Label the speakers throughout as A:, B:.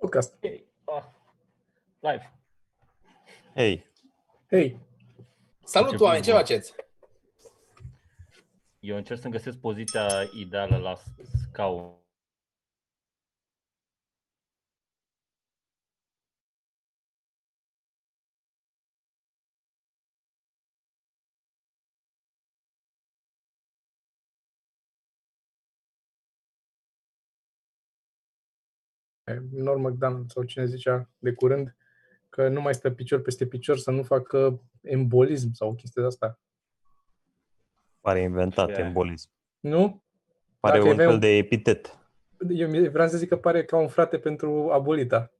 A: podcast.
B: Ah, Live.
C: Hei,
A: Hei,
D: Salut,
B: Începem
D: oameni, ce
B: bun.
D: faceți?
B: Eu încerc să-mi găsesc poziția ideală la scaun.
A: Nor McDonald sau cine zicea de curând că nu mai stă picior peste picior să nu facă embolism sau chestia de asta.
C: pare inventat
B: Ce?
C: embolism.
A: Nu?
C: Pare
A: Dacă
C: un
A: aveam-
C: fel de epitet.
A: Eu mi- vreau să zic că pare ca un frate pentru abolita.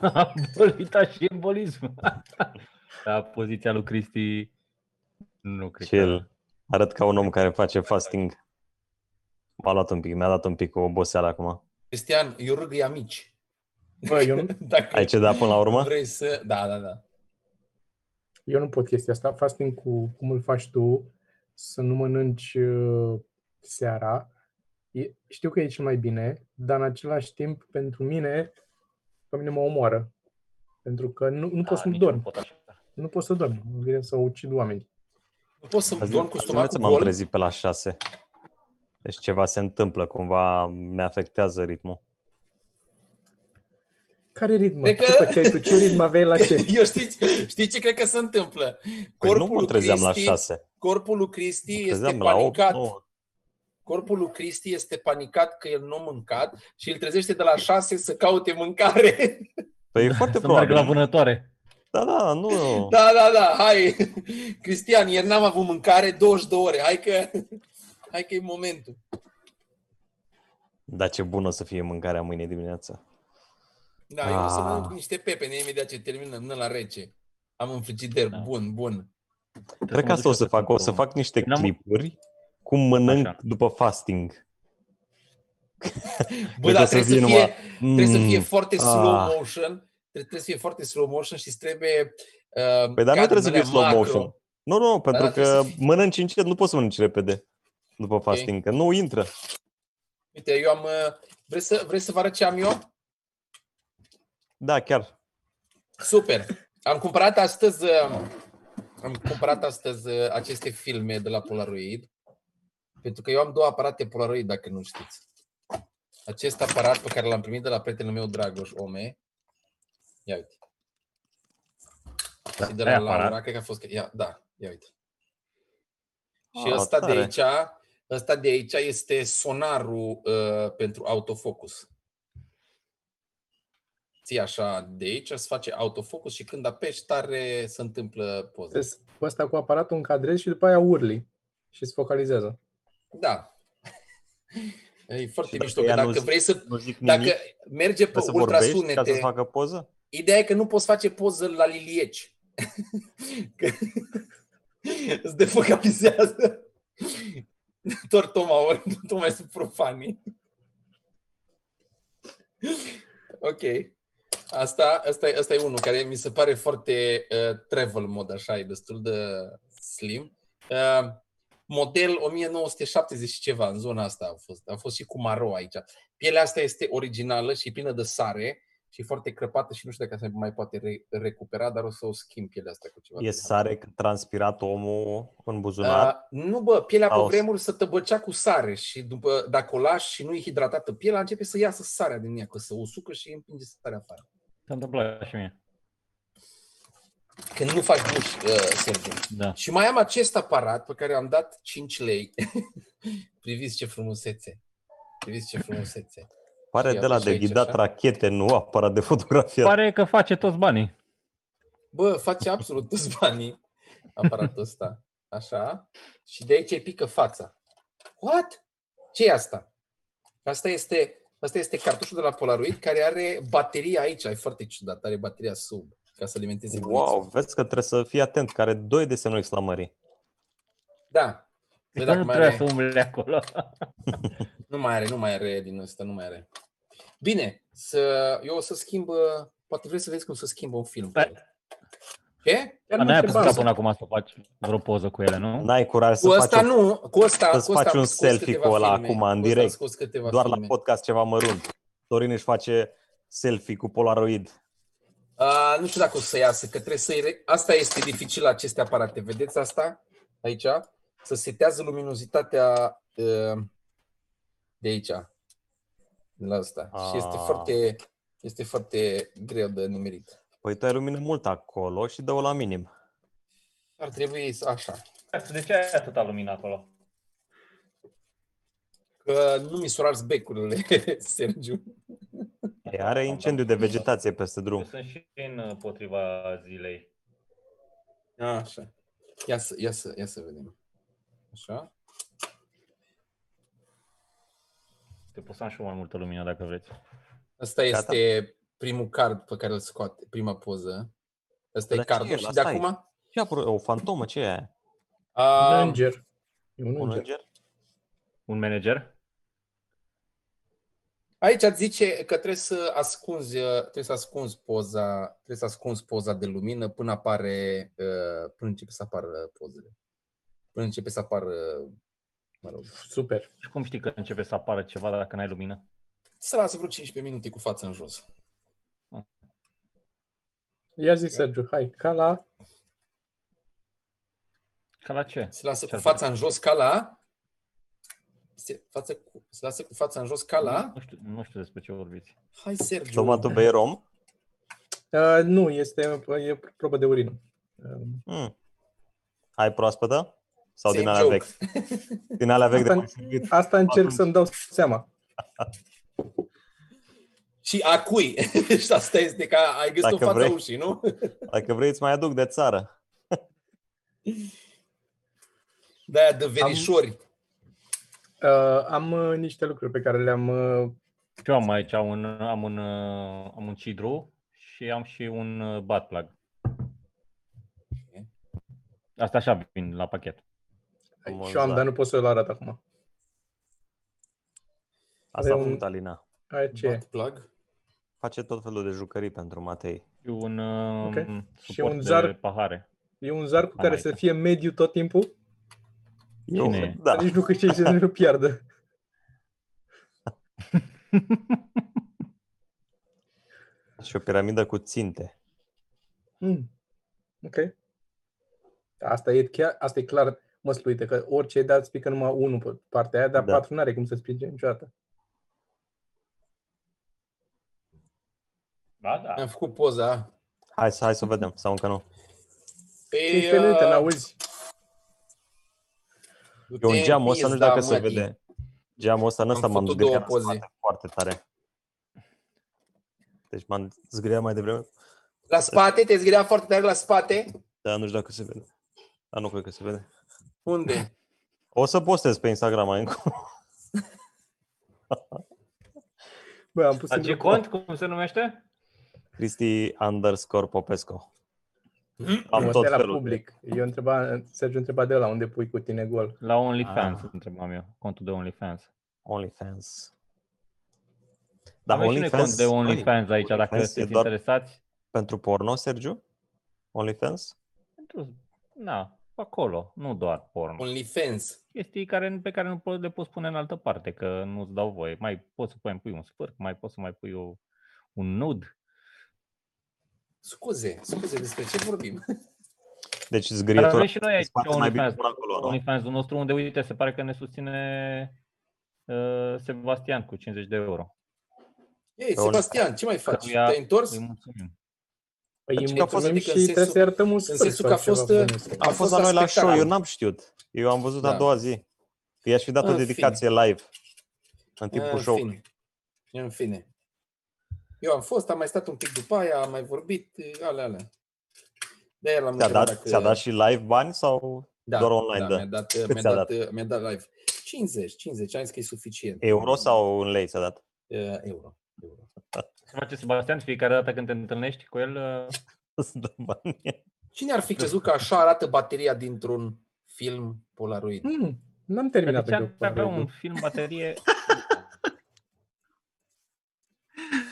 B: Abolita și embolism. la Da, poziția lui Cristi nu cred
C: Și el
D: da.
C: arăt ca un om care
D: Exact.
C: face fasting. M-a luat un pic, mi-a dat un pic o oboseală acum.
D: Cristian, eu râgâi amici.
A: Bă, eu nu,
D: Dacă
C: Ai cedat da, până la urmă?
D: vrei să... Da, da, da.
A: eu nu pot chestia asta. Fasting cu cum îl faci tu, să nu mănânci uh, seara, e, știu că e cel mai bine, dar în același timp, pentru mine, pe mine mă omoară. Pentru că nu, nu pot să
B: Da, nici
A: dorm.
B: nu pot așa.
A: Nu pot să dorm. Îmi vine să ucid oameni.
D: Nu pot să
C: Azi-
D: dorm cu
C: azi
D: stomacul
C: dimineața m-am
D: gol.
C: trezit pe la 6. Deci ceva se întâmplă, cumva ne afectează ritmul.
A: Care ritm?
D: Cred că-
A: Ce făceai tu? Ce ritm aveai la ce?
D: Eu știți, știi ce cred că se întâmplă?
C: Păi nu mă
D: lui
C: trezeam la
D: Cristi-
C: 6.
D: Corpul lui Cristi este
C: Trezeam la 8,
D: panicat.
C: 9.
D: Corpul lui Cristi este panicat că el nu a mâncat și îl trezește de la șase să caute mâncare.
C: Păi e foarte
B: Să merg la
C: probabil.
B: vânătoare.
C: Da, da, nu.
D: Da, da, da, hai. Cristian, ieri n-am avut mâncare 22 ore. Hai că, hai că e momentul.
C: Dar ce bună o să fie mâncarea mâine dimineață.
D: Da, eu o să
C: Ah.
D: mănânc niște pepene imediat ce terminăm, nu la rece. Am un frigider
B: Da.
D: bun, bun.
C: Cred că asta o să fac. O să fac niște
B: Păi N-am-
C: clipuri cum mănânc
B: Așa.
C: după fasting.
D: Bă,
C: Cred că
D: dar
C: o
D: trebuie să
C: fie
D: fie,
C: numai-
D: trebuie să
C: Mm.
D: fie foarte
C: Ah.
D: slow motion. Tre- Trebuie să fie foarte slow motion și îți trebuie... Uh,
C: Păi dar nu
D: cadrul
C: trebuie să fie
D: ăla
C: slow
D: macro.
C: motion. Nu, nu, pentru
D: da,
C: că
D: trebuie să fie-
C: mănânci încet, nu poți să mănânci repede după fasting, că nu intră.
D: Uite, eu am... uh, Vreți să, vreți să vă arăt ce am eu?
C: Da, chiar.
D: Super! Am cumpărat astăzi... uh, Am cumpărat astăzi uh, aceste filme de la Polaroid. Pentru că eu am două aparate Polaroid, dacă nu știți. Acest aparat pe care l-am primit de la prietenul meu, Dragoș Ome. Ia uite. Și de la
B: Da, Ai
D: Laura,
B: aparat?
D: cred că a fost... Ia, da, ia uite. Și
C: Ah,
D: ăsta de
C: tare.
D: aici, ăsta de aici este sonarul uh, pentru autofocus. Ții așa de aici, îți face autofocus și când apeși tare se întâmplă poza.
A: Vezi, Cu ăsta cu aparatul încadrezi și după aia urli și se focalizează.
D: Da. E foarte
C: dacă
D: mișto că
C: ea nu
D: dacă
C: zi-
D: vrei să...
C: Nu zic nimic,
D: Dacă
C: dacă
D: merge pe
C: să vorbești ca să
D: ultrasunete,
C: facă poză?
D: ideea e că nu poți face poză la lilieci. că îți defocalizează. Doar Toma, ori, nu mai sunt profanii. ok. Asta, asta, e- asta e unul care mi se pare foarte uh, travel mod, așa, e destul de slim. Uh, model 1970 și ceva, în zona asta a fost. A fost și cu maro aici. Pielea asta este originală și plină de sare și foarte crăpată și nu știu dacă se mai poate re- recupera, dar o să o schimb pielea asta cu ceva.
C: E sare că transpirat omul în buzunar.
D: Uh, nu, bă, pielea pe
C: Haos.
D: vremuri se tăbăcea cu sare și după, dacă o lași și nu e hidratată pielea, începe să iasă sarea din ea, că se usucă și împinge sarea afară.
B: S-a întâmplat și mie.
D: Când nu faci duș, uh, Sergiu.
B: Da.
D: Și mai am acest aparat pe care am dat 5 lei. Priviți ce frumusețe. Priviți ce frumusețe.
C: Pare
D: ia,
C: de la
D: uite
C: de
D: și aici,
C: ghidat
D: așa.
C: rachete, nu aparat de fotografie.
B: Pare că face toți banii.
D: Bă, face absolut toți banii aparatul ăsta. Așa. Și de aici îi pică fața. What? ce e asta? Asta este, asta este cartușul de la Polaroid care are bateria aici. E foarte ciudat. Are bateria sub ca să alimenteze
C: Wow,
D: bulețul.
C: vezi că trebuie să fii atent, care doi de semnul exclamării.
D: Da. Păi dacă
B: nu
D: mai
B: trebuia
D: are,
B: să umble acolo.
D: nu mai are, nu mai are din ăsta, nu mai are. Bine, să, eu o să schimb, uh, poate vrei să vezi cum să schimbă un film.
B: Păi-
D: Ce?
A: Chiar
B: Dar
A: mă
B: n-ai
A: întreba
B: apucat
A: asta.
B: până acum să faci vreo poză cu ele, nu?
C: N-ai curaj
D: Cu
C: să faci,
D: ăsta
C: o-
D: nu, cu ăsta,
C: să-ți
D: cu ăsta
C: faci
D: am
C: un
D: scos
C: selfie
D: câteva
C: cu ăla
D: filme.
C: acum, în
D: Cu ăsta am
C: direct.
D: scos câteva
C: doar la
D: filme.
C: podcast ceva mărunt. Dorin își face selfie cu Polaroid.
D: A, Uh, nu știu dacă o să iasă, că trebuie să re... Asta este dificil la aceste aparate. Vedeți asta? Aici? Să setează luminozitatea uh, de aici. De la asta. A. Și este
C: Ah.
D: foarte, este foarte greu de nimerit.
C: Păi tu ai lumină mult acolo și dă-o la minim.
D: Ar trebui să așa.
B: De ce ai Deci atâta lumină acolo?
D: Că nu mi surați becurile, Sergiu.
C: E, are incendiu de vegetație peste
B: Eu
C: drum.
B: sunt și în uh, potriva zilei.
C: Ah,
D: Așa. Ia să, ia să, ia să vedem. Așa.
B: Te pot să am și eu mai multă lumină dacă vreți.
D: Asta
C: Gata.
D: este primul card pe care îl scoate, prima poză. Asta e
C: Dar ce e
D: cardul.
C: ăla?
D: Și de
C: Stai.
D: acum?
C: Ce a apărut? O fantomă? Ce e aia?
A: Un
D: A,
A: înger. E un
C: Un
A: înger.
C: înger?
B: Un manager?
D: Aici îți zice că trebuie să ascunzi, uh, trebuie să ascunzi poza, trebuie să ascunzi poza de lumină până apare, uh, până începe să apară pozele. Până începe să apară, mă rog.
A: Super.
B: Și cum știi că începe să apară ceva dacă n-ai lumină?
D: Să lasă vreo 15 minute cu fața în jos.
A: Ia zi, Sergiu, hai, ca la...
B: Ca la ce?
D: Se lasă cu
B: Ce-ar
D: fața în jos ca la se, față cu, se lasă cu fața în jos ca la
B: Nu știu, nu știu despre ce vorbiți.
D: Hai Sergiu.
C: Tomatul bei rom?
A: Uh, nu, este e probă de urină. Uh,
C: Mm. Ai proaspătă? Sau din
D: Same
C: alea
D: joke.
C: vechi? Din alea vechi de
A: Asta-
C: mai servit?
A: Asta încerc
C: Atunci.
A: să-mi dau seama.
D: Și a cui? și asta este ca ai găsit-o
C: Dacă
D: în fața
C: vrei.
D: ușii, nu?
C: Dacă vrei, îți mai aduc de țară.
D: De aia de verișori.
A: Uh, am uh, niște lucruri pe care le-am... Uh,
B: Eu am aici un, am un, uh, am un cidru și am și un uh, butt plug.
D: Ok.
B: Asta așa vin la pachet.
A: și
C: Am
A: eu am,
C: înțeles.
A: dar nu pot să-l arăt acum.
C: Asta a
A: un-
C: făcut Alina.
A: Aia ce e?
D: Butt plug.
C: Face tot felul de jucării pentru Matei.
B: Și un uh,
A: Ok.
B: okay.
A: Și
B: suport
A: un
B: de
A: zar.
B: pahare.
A: E un zar cu
B: Am
A: care
B: aici.
A: să fie mediu tot timpul,
C: Eu,
B: Cine e?
C: da.
A: nici nu câștigi și să nu piardă.
C: Și o piramidă cu ținte.
A: Mm. Ok. Asta e, chiar, asta e clar măsluită, că orice ai dat spică numai unul pe partea aia, dar
C: Da.
A: da. patru n-are cum să spice niciodată.
B: Ba da.
D: Am făcut poza.
C: Hai, să- hai să vedem, sau încă nu.
D: Păi,
A: 15 minute,
D: uh,
A: n-auzi.
D: du-te
C: E un
D: în
C: geam ăsta, nu știu
D: pizda
C: dacă se
D: mătii.
C: vede. Geamul ăsta, în ăsta m-am
D: făcut
C: zgâriat
D: două
C: în spate
D: poze.
C: foarte tare. Deci m-am zgâriat mai devreme,
D: La spate, te zgârea foarte tare la spate.
C: dar nu știu dacă se vede. Dar nu cred că se vede.
D: Unde?
C: O să postez pe Instagram mai încolo.
A: Bă, am pus
B: Dar
A: în
B: ce
A: grup.
B: cont? Cum se numește?
C: Cristi underscore Popesco.
D: Hmm?
C: Am
A: Nu,
C: tot
A: ăsta e
C: felul.
A: la public. Eu întreba, Sergiu întreba de la unde pui cu tine gol.
B: La OnlyFans,
C: Ah.
B: întrebam eu. Contul de OnlyFans.
C: OnlyFans.
B: Da,
C: Dar
B: Avem OnlyFans, și noi cont
C: OnlyFans,
B: de OnlyFans aici, dacă
C: OnlyFans e
B: sunteți
C: doar-
B: interesați.
C: pentru porno, Sergiu? OnlyFans?
B: Pentru... Na, acolo, nu doar porno.
D: OnlyFans.
B: Chestii care, pe care nu po- le poți pune în altă parte, că nu-ți dau voie. Mai poți să mai pui un sfârc, mai poți să mai pui o, un nud.
D: Scuze, scuze, despre ce vorbim?
B: Dar
C: Deci
B: avem
C: zgârietura
B: și noi aici
C: se poate mai bine
B: OnlyFans,
C: până acolo, nu?
B: OnlyFans nostru, unde, uite, se pare că ne susține uh, Sebastian cu 50 de euro.
D: Ei,
C: Pe
D: Sebastian, ce mai faci?
B: Căruia-
D: Te-ai întors?
B: Îi mulțumim.
A: Păi îi
C: Deci că a fost,
A: mulțumim
D: adică,
A: și
D: în
A: trebuie
D: sensul-
A: să iertăm un
D: sensul că a fost, uh,
C: A
D: A
C: fost
D: fost
C: la noi la
D: aspectat.
C: show, eu n-am știut. Eu am văzut
D: Da.
C: a doua zi. Că i-aș fi dat o
D: În
C: dedicație live. În timpul
D: În
C: show.
D: fine. În fine. Eu am fost, am mai stat un pic după aia, am mai vorbit, alea, alea. De aia l-am
C: Ți-a
D: întrebat
C: dat, ți-a dat și live bani sau
D: da,
C: doar online,
D: da.
C: da?
D: Mi-a dat,
C: Cât
D: mi-a
C: ți-a
D: dat, mi-a dat live. 50, 50, am zis că e suficient.
C: euro sau în lei ți-a dat?
D: Uh, euro. euro.
B: Se face Sebastian, fiecare dată când te întâlnești cu el, uh,
C: Îți dă bani.
D: Cine ar fi crezut că așa arată bateria dintr-un film Polaroid?
A: Mm, n-am
B: De
A: terminat
B: ce ar
A: pe
B: avea un
A: Polaroid.
B: film baterie?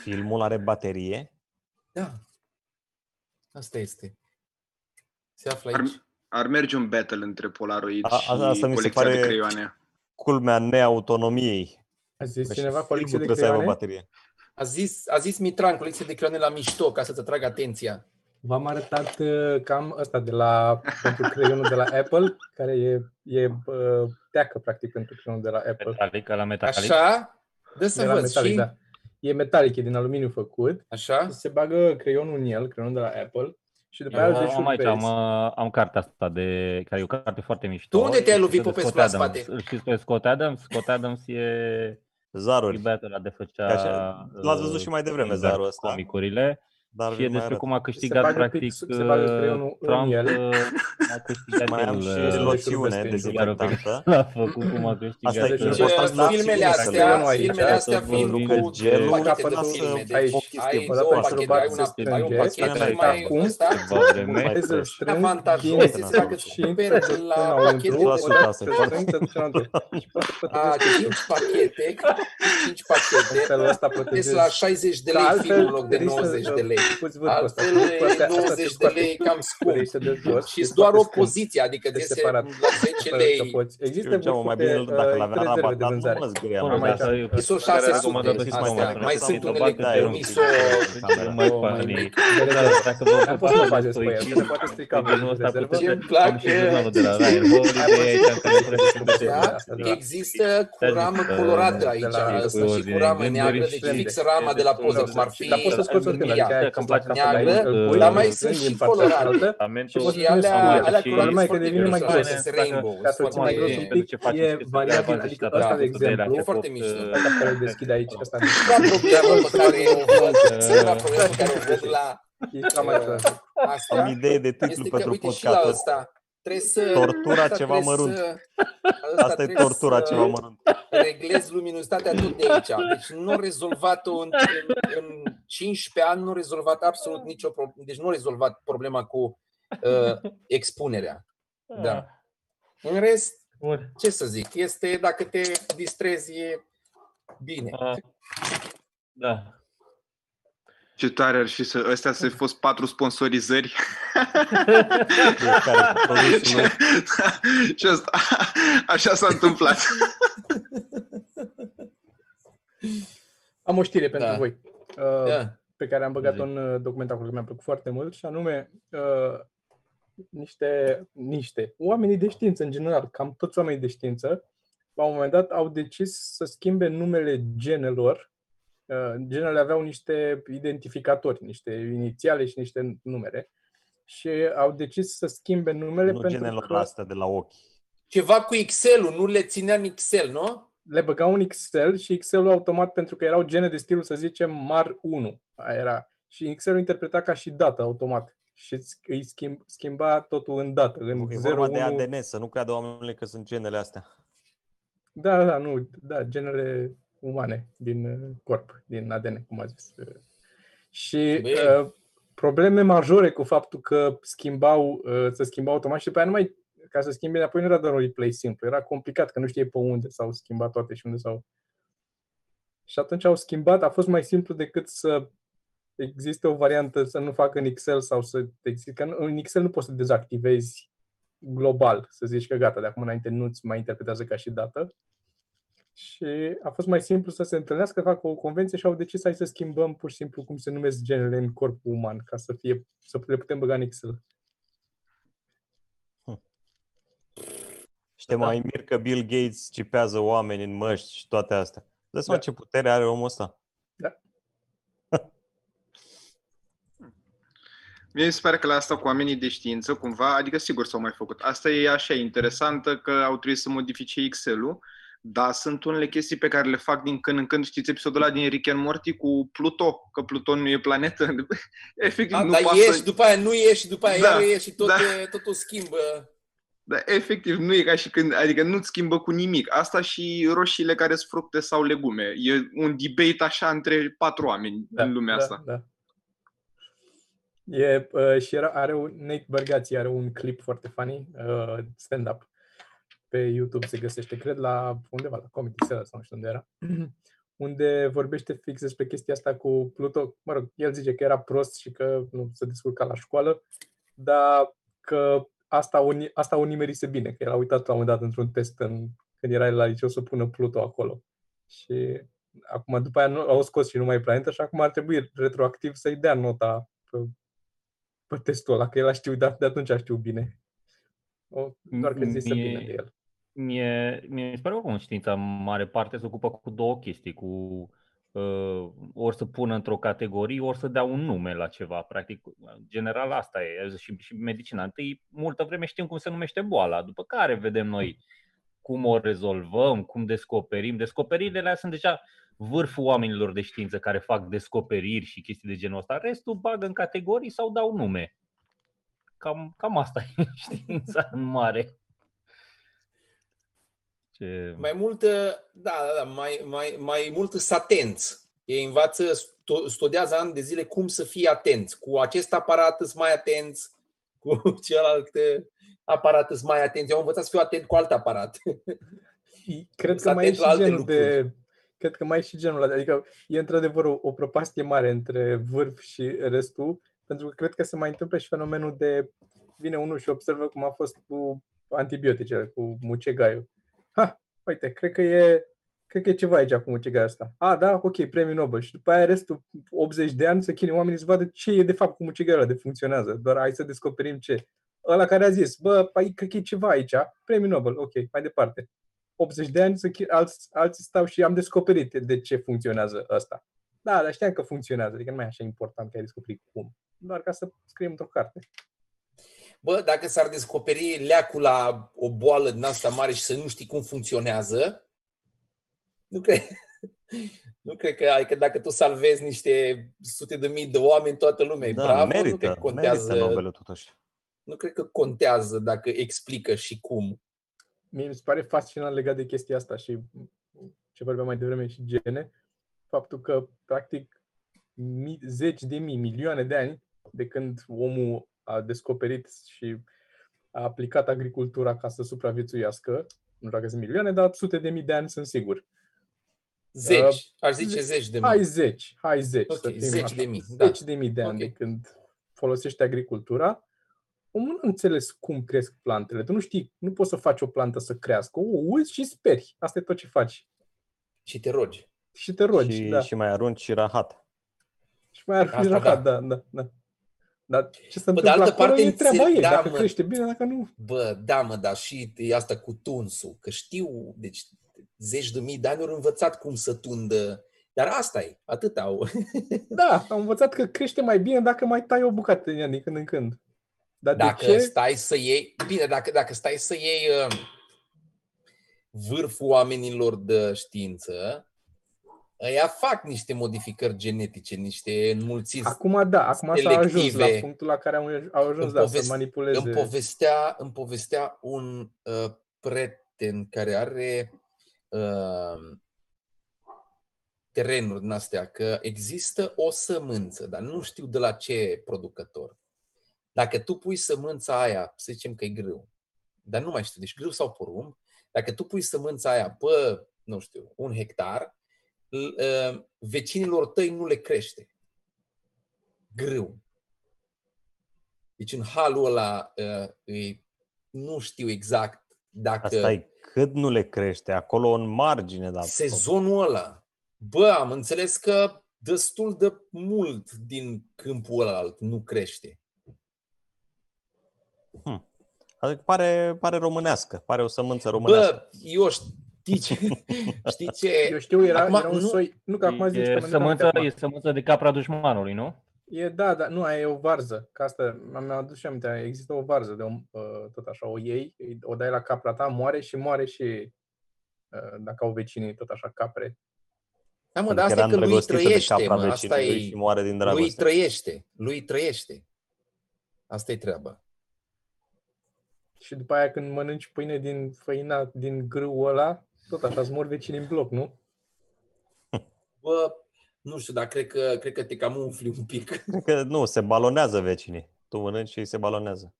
C: Filmul are baterie.
D: Da. Asta este. Se află
E: Ar-
D: aici.
E: Ar merge un battle între Polaroid
C: A- a-
E: și
C: asta mi se
E: colecția
C: pare-
E: de creioane.
C: Culmea neautonomiei.
A: A zis
C: Deci
A: cineva
C: filmul
A: colecție de
C: Păi trebuie să aibă
A: creioane?
C: baterie.
D: A zis, a zis Mitran, colecție de creioane la mișto, ca să-ți atragă atenția.
A: V-am arătat uh, cam ăsta de la, pentru creionul de la Apple, care e, e uh, teacă, practic, pentru creionul de la Apple.
B: Metalic, la metalic.
D: Așa? Dă
A: De
D: să
A: la
D: văd.
A: metalic,
D: și...
A: da. E metalic, e din aluminiu făcut.
D: Așa?
A: Se bagă creionul în el, creionul de la Apple, și după
B: Eu
A: aia îl
B: am aici, am,
A: deșurpezi.
B: uh, am cartea asta de, care e o carte foarte mișto.
D: Tu unde te-ai
B: Îl
D: lovit,
B: știți pe
D: Popescu,
B: Scott
D: la
B: Adams?
D: spate?
B: Îl știți pe Scott Adams? Scott Adams e
C: Zaruri.
B: iubiatul ăla de făcea...
C: Ca așa, l-ați văzut
B: uh,
C: și mai devreme,
B: exact,
C: zarul ăsta.
B: Comicurile.
C: Dar
B: și e
C: vi mai
B: despre
C: arăt.
B: cum a
A: Se
B: câștigat
A: bagă
B: practic
A: pixul- se bagă
B: uh,
A: creionul în
B: Trump
A: el.
B: uh, a câștigat
C: Mai am
B: el,
C: și
B: uh,
C: loțiune
A: uh,
C: dezinfectantă.
B: l-a făcut cum a câștigat uh, el.
C: Asta e
A: Deci,
C: filmul ăsta
D: Deci,
C: îl las
D: filmele
C: eu să-l
D: astea,
C: iau
A: aici,
D: filmele
A: da,
D: astea
B: să
D: fiind
B: văd
C: că
D: cu
C: gelul
D: pachete
C: până
D: de
C: să-
D: filme.
A: aici,
D: Deci
A: știu,
D: ai
A: până
D: două
A: la
D: pachete,
A: bărbat
D: ai, una,
A: se
D: ai un
A: strânge,
D: pachet
C: până la
D: și mai
C: etapă.
D: ăsta.
B: Ceva vreme.
A: Trebuie să-l
C: Mai
A: strângi,
D: avantajul
A: ghinzi,
C: este să
A: să
D: facă
A: și
D: super
A: intri
D: la
A: până înăuntru,
D: pachetele
A: după aceea
C: de
A: să-l strângi, să-l duci înăuntru. Și
D: A,
A: poate
D: 5 pachete, 5
A: în
D: pachete,
A: felul ăsta
D: des
A: protejezi.
D: la 60 de
A: Că
D: lei
A: altfel
D: filmul în loc de
A: riscă să-
D: 90 de lei.
A: Poți văd cu ăsta,
D: Altfel,
A: cu astea- astea
D: 90
A: sunt
D: de
A: foarte
D: lei e cam scump.
A: scumpe, de jos,
D: Și
A: e
D: sunt doar
A: foarte
D: o
A: scump.
D: poziție, adică de se- la
A: separat.
D: 10
A: Fără să
D: lei.
A: poți. Există
C: Eu ziceam, mai
A: multe,
C: bine dacă
A: uh,
C: l-avea
A: rezerve
C: rabat,
A: de
C: dar nu
A: vânzare.
C: mă zgâria.
B: Bună,
A: Am
C: mă,
A: aici.
C: dar-
B: dar eu-
D: ISO
B: care
D: 600,
B: recomandă să fiți
D: astea.
B: mai mare.
D: Mai
B: Să
D: sunt
B: vă
D: unele
B: bag
D: cu
B: de aer da, un pic.
D: ISO
B: Camera, mai
A: Oh,
B: funny.
A: mai mic.
B: Dar dacă vă
A: Am fost
B: ocupați
A: să
B: de
A: faceți pe el,
B: stoicism,
A: se poate strica
B: de genul
A: pe
B: ăsta
A: Exact. rezervă.
B: puteți
D: Ce-mi
B: să-
D: plac
B: am și
D: e-
B: jurnalul de la Ryan
A: Exact.
B: Holiday, aici am călătorit
A: Da?
B: de-
A: asta,
D: Da? Există cu
B: Da,
D: ramă
B: zic,
A: de
D: colorată
A: la-
D: aici,
A: de la-
D: asta și cu
B: de-
D: ramă
B: de-
D: neagră,
B: de-
D: deci
A: de-
D: fix rama de la poză, cum ar fi
A: Dar poți să scoți oricând, adică
D: mânia.
A: aia
B: Că-mi
A: când
B: place
A: faci
B: asta
A: asta,
D: neagră,
A: dai, îl pui,
B: dar mai
A: îl
D: sunt
A: strângi
D: și
A: în partea
D: colorate.
A: cealaltă.
B: Amento-
A: poți să
D: Și
A: strângi
B: am
D: alea,
A: mai
D: alea
B: și-
D: colorate
A: mai
D: sunt
A: că
D: foarte
A: devine
D: mișto,
A: mai
D: așa,
A: groase,
D: sunt
B: dacă-
D: rainbow,
A: ca să
D: sunt
A: ții
D: foarte-
A: mai gros un pic,
B: Pentru ce faci
A: e
B: chestii de
A: variabil,
B: avans și
A: adică
B: de
A: ăsta,
B: avans,
A: de
B: de la
A: exemplu,
B: început,
D: foarte mișto.
B: uh,
A: ăsta pe care îl deschid aici, ăsta
D: Singura problemă pe care o văd, singura problemă pe care o văd la
A: e cam aici.
D: asta,
C: Am
B: da.
C: idee de titlu
D: este că,
C: pentru
D: uite, și la
C: podcastul ăsta.
D: ăsta, trebuie să...
C: Tortura
D: ăsta
C: ceva
D: trebuie
C: mărunt.
D: să-
C: Asta e
D: trebuie
C: tortura
A: uh,
D: să
C: ceva mărunt.
D: Reglez luminositatea tot de aici. Deci nu am rezolvat-o în, în, în 15 ani, nu am rezolvat absolut nicio problemă. Deci nu am rezolvat problema cu uh, expunerea. Da. În rest,
B: Ah, Bun.
D: ce să zic, este dacă te distrezi, e bine.
B: Ah. Da.
E: Ce tare ar fi să... Astea să fi fost patru sponsorizări.
C: Fiecare cu produsul lui.
E: și asta, așa s-a întâmplat.
A: Am o știre pentru
D: Da.
A: voi, uh,
D: Da.
A: pe care am băgat-o
B: Zi.
A: în uh, document acolo, că mi-a plăcut foarte mult, și anume uh, niște, niște oamenii de știință, în general, cam toți oamenii de știință, la un moment dat au decis să schimbe numele genelor. Uh, Genele aveau niște identificatori, niște inițiale și niște numere. Și au decis să schimbe numele
C: Nu
A: pentru
C: genelor
A: că
C: astea de la ochi.
D: Ceva cu Excel-ul, nu le ținea în Excel, nu?
A: le băgau în Excel și Excel-ul automat, pentru că erau gene de stilul, să zicem, MAR1. Aia era. Și Excel-ul interpreta ca și dată automat. Și îți- îi schimb, schimba totul în dată, în
C: E vorba de
A: 01.
C: ADN, să nu creadă oamenii că sunt genele astea.
A: Da, da, nu, da, genele umane din uh, corp, din ADN, cum a zis. Și
D: Bine.
A: uh, probleme majore cu faptul că schimbau, uh, să schimbau automat și după aia nu mai, ca să schimbe apoi nu era doar un replay simplu, era complicat, că nu știe pe unde s-au schimbat toate și unde s-au... Și atunci au schimbat, a fost mai simplu decât să existe o variantă să nu facă în Excel sau să existe, că în Excel nu poți să dezactivezi global, să zici că gata, de acum înainte nu-ți mai interpretează ca și dată. Și a fost mai simplu să se întâlnească, facă o convenție și au decis hai să schimbăm pur și simplu cum se numesc genele în corpul uman, ca să, fie, să le putem băga în Excel.
C: Și
D: Da.
C: te mai mir că Bill Gates cipează oameni în măști și toate astea. Dă seama
A: Da.
C: ce putere are omul ăsta.
E: Mie mi se pare că la asta cu oamenii de știință, cumva, adică sigur s-au mai făcut. Asta e așa interesantă că au trebuit să modifice Excel-ul, dar sunt unele chestii pe care le fac din când în când. Știți episodul ăla din Rick and Morty cu Pluto, că Pluton nu e planetă? Efectiv,
D: A,
E: nu
D: dar
E: pasă.
D: ieși, după aia nu ieși, după aia
E: Da,
D: iar ieși și tot,
E: da.
D: e- totul schimbă.
E: Da, efectiv, nu e ca și când, adică nu-ți schimbă cu nimic. Asta și roșiile care sunt fructe sau legume. E un debate așa între patru oameni da, în lumea
A: da,
E: da. asta.
A: Da. E, uh, și era, are un, Nate Bergazzi are un clip foarte funny, uh, stand-up, pe YouTube se găsește, cred, la undeva, la Comedy Cellar sau nu știu unde era, unde vorbește fix despre chestia asta cu Pluto. Mă rog, el zice că era prost și că nu se descurca la școală, dar că asta o, ni- asta o nimerise bine, că el a uitat la un moment dat într-un test în, când era el la liceu să pună Pluto acolo. Și Acum, după aia nu, au scos și nu mai e planetă și acum ar trebui retroactiv să-i dea nota pe, pe testul ăla, că el a știut, de, de atunci a știut bine. O, doar că zise
B: Mie-
A: bine de el.
B: Mie, mie se pare oricum știința în mare parte se ocupă cu două chestii, cu uh, ori să pună într-o categorie, ori să dea un nume la ceva. Practic, în general asta e și, și medicina. Întâi, multă vreme știm cum se numește boala, după care vedem noi cum o rezolvăm, cum descoperim. Descoperirile alea sunt deja vârful oamenilor de știință care fac descoperiri și chestii de genul ăsta. Restul bagă în categorii sau dau nume. Cam, cam asta e știința în mare. Ce...
D: Mai mult, uh, da, da, da mai, mai, mai mult sunt atenți. Ei învață, stu- studiază ani de zile cum să fii atenți. Cu acest aparat sunt mai atenți, cu celălalt uh, aparat sunt mai atenți. Eu am învățat să fiu atent cu alt aparat.
A: Cred
D: Să
A: că mai e
D: atent
A: și
D: la alte
A: genul de... Cred că mai e și genul ăla. Adică e într-adevăr o, o prăpastie mare între vârf și restul, pentru că cred că se mai întâmplă și fenomenul de vine unul și observă cum a fost cu antibioticele, cu mucegaiul. Ha, uite, cred că e, cred că e ceva aici cu mucegaiul ăsta. A, da, ok, premiul Nobel. Și după aia restul 80 de ani să chine oamenii să vadă ce e de fapt cu mucegaiul ăla, de funcționează. Doar hai să descoperim ce. Ăla care a zis, bă, păi, cred că e ceva aici, premiul Nobel, ok, mai departe. 80 de ani, să chi- alți, alții stau și am descoperit de ce funcționează asta. Da, dar știam că funcționează, adică nu mai e așa important că ai descoperit cum. Doar ca să scriem într-o carte.
D: Bă, dacă s-ar descoperi leacul la o boală din asta mare și să nu știi cum funcționează, nu cred. Nu cred că, adică dacă tu salvezi niște sute de mii de oameni, toată lumea e
C: Da,
D: Păi bravo, nu cred
C: merită,
D: că
C: merită
D: contează,
C: Nobelul totuși.
D: nu cred că contează dacă explică și cum.
A: Mie mi se pare fascinant legat de chestia asta și ce vorbeam mai devreme și gene, faptul că practic mi- zeci de mii, milioane de ani de când omul a descoperit și a aplicat agricultura ca să supraviețuiască, nu știu dacă sunt milioane, dar sute de mii de ani sunt sigur.
D: Zeci, aș zice zeci de
A: Hai
D: mii.
A: zeci, hai zeci.
D: Ok,
A: să fim
D: zeci
A: așa,
D: de mii, da.
A: Zeci de mii de ani
D: Ok.
A: de când folosește agricultura. Omul nu a înțeles cum cresc plantele. Tu nu știi, nu poți să faci o plantă să crească. O uzi și speri. Asta e tot ce faci.
D: Și te rogi.
A: Și te rogi.
C: și,
A: da.
C: și mai arunci și rahat.
A: și mai ar fi
D: Asta
A: rahat, da. da, da. Dar ce se
D: de
A: întâmplă
D: altă
A: acolo
D: parte
A: e treaba
D: înțeleg-
A: ei.
D: da,
A: dacă
D: mă.
A: crește bine, dacă nu.
D: Bă, da, mă, dar și e asta cu tunsul, că știu, deci zeci de mii de ani au învățat cum să tundă, dar asta e, atât au.
A: Da, am învățat că crește mai bine dacă mai tai o bucată din ea din când în când. Dar
D: Dacă
A: de ce?
D: stai să iei, bine, dacă, dacă stai să iei uh, vârful oamenilor de știință, ăia fac niște modificări genetice, niște înmulțiri.
A: Acum da, acum s-a ajuns la
D: selective.
A: punctul la care au au ajuns,
D: În
A: da,
D: povest-
A: să manipuleze.
D: Îmi povestea, îmi povestea un uh, prieten care are uh, terenuri din astea, că există o sămânță, dar nu știu de la ce producător. Dacă tu pui sămânța aia, să zicem că e grâu, dar nu mai știu, deci grâu sau porumb, dacă tu pui sămânța aia pe, nu știu, un hectar, l- uh, vecinilor tăi nu le crește. Grâu. Deci în halul ăla uh, îi, nu știu exact dacă
C: Asta e cât nu le crește, acolo în margine. Da,
D: sezonul ăla. Bă, am înțeles că destul de mult din câmpul ăla alt nu crește.
C: Adică pare, pare românească, pare o sămânță românească.
D: Bă, eu știi ce? Știi ce?
A: Eu știu, era,
D: Acum,
A: era un
D: nu-
A: soi... Nu, că acum zici
B: e,
A: că
B: sămânță, e sămânță de capra dușmanului, nu?
A: e, da, da, nu, aia e o varză. Că asta mi-am adus și aminte. Există o varză de om, uh, tot așa, o iei, îi- o dai la capra ta, moare și moare și uh, dacă au vecinii, tot așa, capre.
D: Da, mă,
C: Adică
D: dar asta
C: era
D: e că lui
C: îndrăgostită de
D: trăiește,
C: capra
D: mă, asta
C: vecinului
D: e,
C: și moare din
D: lui
C: dragoste.
D: trăiește, lui trăiește. Asta e treaba.
A: Și după aia când mănânci pâine din făina, din grâul ăla, tot așa, îți mor vecinii în bloc, nu?
D: Bă, nu știu, dar cred că, cred că te cam umfli un pic.
C: Cred Că, nu, se balonează vecinii. Tu mănânci și se balonează.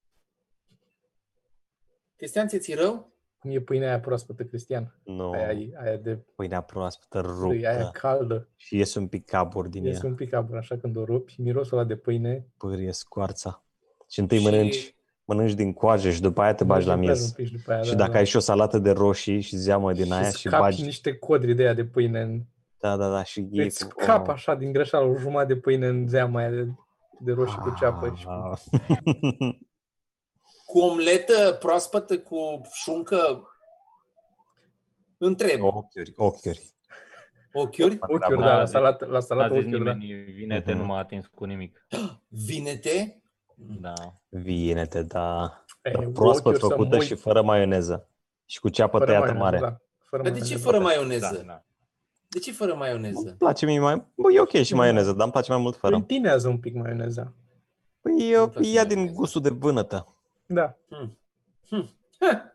D: Cristian, ți-e rău?
A: Cum e pâinea aia proaspătă, Cristian?
C: Nu,
D: Păi
A: Aia, e- aia de
C: pâinea proaspătă
A: grâu, aia
C: ruptă
A: caldă.
C: și ies un pic caburi din
A: Este
C: ea,
A: un pic abur, așa când o rupi, mirosul ăla de pâine.
C: pârie scoarța. Și întâi
D: Și-
C: Păi mănânci, mânânci din coaje și după aia te bagi la
A: Mergi un
C: miez.
A: pic și după aia,
C: Și
A: da,
C: dacă
A: da.
C: ai și o salată de roșii și zeamă din aia și
A: scapi
C: bagi
A: niște codri de aia de pâine în
C: Da, da, da, și e
A: Îți scap așa din greșeală o jumătate de pâine în zeama aia de, de roșii cu ceapă. Și cu...
C: Ah.
D: Cu omletă proaspătă, cu șuncă, întreb.
C: Ochiuri, ochiuri.
D: Ochiuri?
C: Ah,
A: Ochiuri,
B: Da,
A: da, la
B: da,
A: salată, la salată
B: N-a zis
A: ochiuri, da.
B: nimeni
C: Mhm.
B: vinete, nu m-a atins cu nimic.
D: Vinete?
B: Da.
C: Vinete, da.
A: E,
C: Dar
A: cu
C: Proaspăt
A: Eh, ochiuri să
C: făcută
A: mui,
C: și fără maioneză. Și cu ceapă
A: fără
C: tăiată
A: maioneză,
C: mare.
A: Da, fără
D: Dar de ce
A: maioneză.
D: fără
B: da,
D: maioneză?
B: da.
D: De ce fără maioneză?
C: Îmi place mie mai... Bă, e
A: Hm.
C: ok și maioneză, dar îmi place mai mult
A: Îi
C: fără.
A: tinează un pic maioneza.
C: Păi
D: Îmi
C: eu,
D: place
C: ia din
D: maioneză.
C: gustul de vânătă.
A: Da.
D: Ha, ha,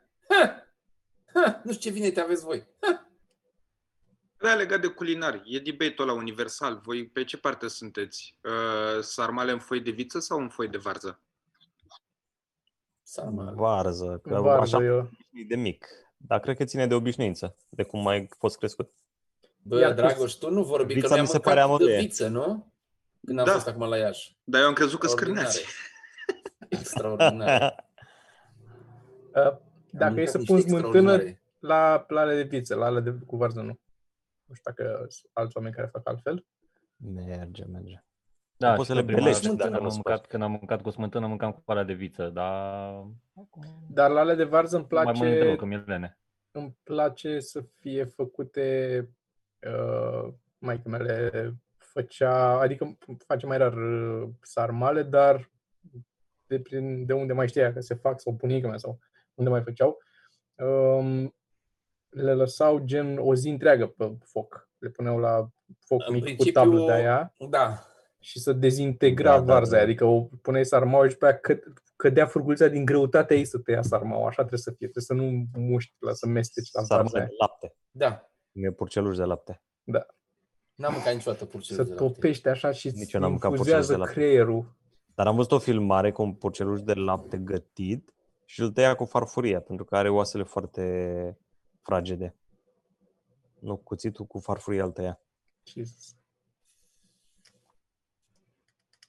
D: ha, nu știu ce vinete aveți voi.
E: Da, legat de culinar, e debate-ul la universal. Voi pe ce parte sunteți? Uh, sarmale în foi de viță sau în foi de varză?
D: Sarmale.
C: Varză, că
A: Varză,
C: așa
A: eu.
C: e de mic. Dar cred că ține de obișnuință, de cum ai fost crescut.
D: Bă,
A: Iar
D: Iar
A: tu-
D: Dragoș, tu nu vorbi, că
C: Vița
D: noi am
C: mi se pare
D: mâncat
C: amăruie.
D: viță, nu? Când am
E: Da.
D: fost acum la Iași.
E: Dar eu am crezut că
D: Extraordinare.
E: scârneați.
D: Extraordinar.
A: Da. Uh,
D: Am
A: Dacă e
D: mâncat
A: să
D: niște
A: pun mântână
D: extraordinare.
A: la, la ale de viță, la ale de cu varză nu. Nu știu dacă sunt alți oameni care fac altfel.
C: merge, merge.
B: Da,
C: Poți
B: și
C: să le
B: că prima
C: belești
B: dată
D: dacă
B: când
C: nu
B: am,
C: se
B: mâncat,
C: face.
B: când am mâncat cu smântână, mâncam cu coala de viță, dar
A: Dar la ale de varză îmi
B: place... mai mănânc
A: place,
B: deloc, că mi-e lene.
A: îmi place să fie făcute uh, mai mele făcea, adică face mai rar uh, sarmale, dar de, prin, de unde mai știa că se fac sau bunica mea sau unde mai făceau, um, le lăsau gen o zi întreagă pe foc. Le puneau la foc
D: În
A: mic
D: principiu-
A: cu tablă de aia
D: Da.
A: și să dezintegra
C: Da,
A: da,
C: da,
A: varza
C: da.
A: aia, adică o puneai sarmaua și pe aia că, cădea furgulița din greutatea ei să tăia sarmaua, așa trebuie să fie, trebuie să nu muști la să mesteci la varza
C: Sarmale
A: aia.
C: de lapte.
D: Da.
C: Mi-e purceluș de lapte.
D: N-am mâncat niciodată purcel
A: Să
D: de lapte.
A: topește așa și
C: Nici
A: îți
C: eu n-am mâncat porcel de
A: infuzează
C: lapte.
A: creierul.
C: Dar am văzut o filmare cu un purceluș de lapte gătit și îl tăia cu farfuria, pentru că are oasele foarte fragede. Nu, cuțitul cu farfuria îl tăia.
A: Jesus.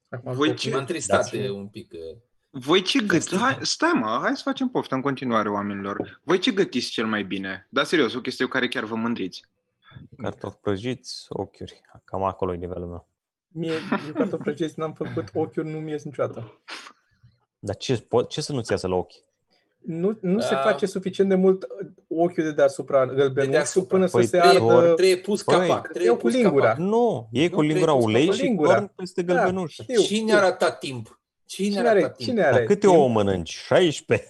A: Acum
E: Voi
A: tot-
E: ce-
D: M-a întristat
C: Da.
D: un pic. uh, că-
E: Voi ce gătiți?
D: Este-
E: Hai, stai mă, hai să facem poftă în continuare oamenilor. Voi ce gătiți cel mai bine? Da, serios, o chestie cu care chiar vă mândriți.
C: Cartofi prăjiți, ochiuri. Cam acolo e nivelul meu.
A: Mie, eu cartofi prăjiți n-am făcut, ochiul nu mi ies niciodată.
C: Dar ce, po- ce să nu-ți iasă la ochi?
A: Nu, nu se
D: Da.
A: face suficient de mult ochiul de deasupra, gălbenul,
D: deasupra.
A: până să
C: Păi
A: se
D: Trebuie,
C: Iar,
A: ardă...
D: trebuie pus
C: băi,
D: capac. Trebuie
A: eu cu
D: pus
A: lingura.
D: capac.
C: Nu, ei
D: Nu
C: cu lingura
D: trebuie să
C: ulei
D: scoți
C: și
A: lingura.
C: torn peste gălbenuș.
A: știu,
D: Cine
A: știu.
D: a ratat timp? Cine,
A: Cine
D: a
A: are,
D: ratat timp?
A: cine are
C: Dar câte
A: timp?
C: ouă mănânci? 16?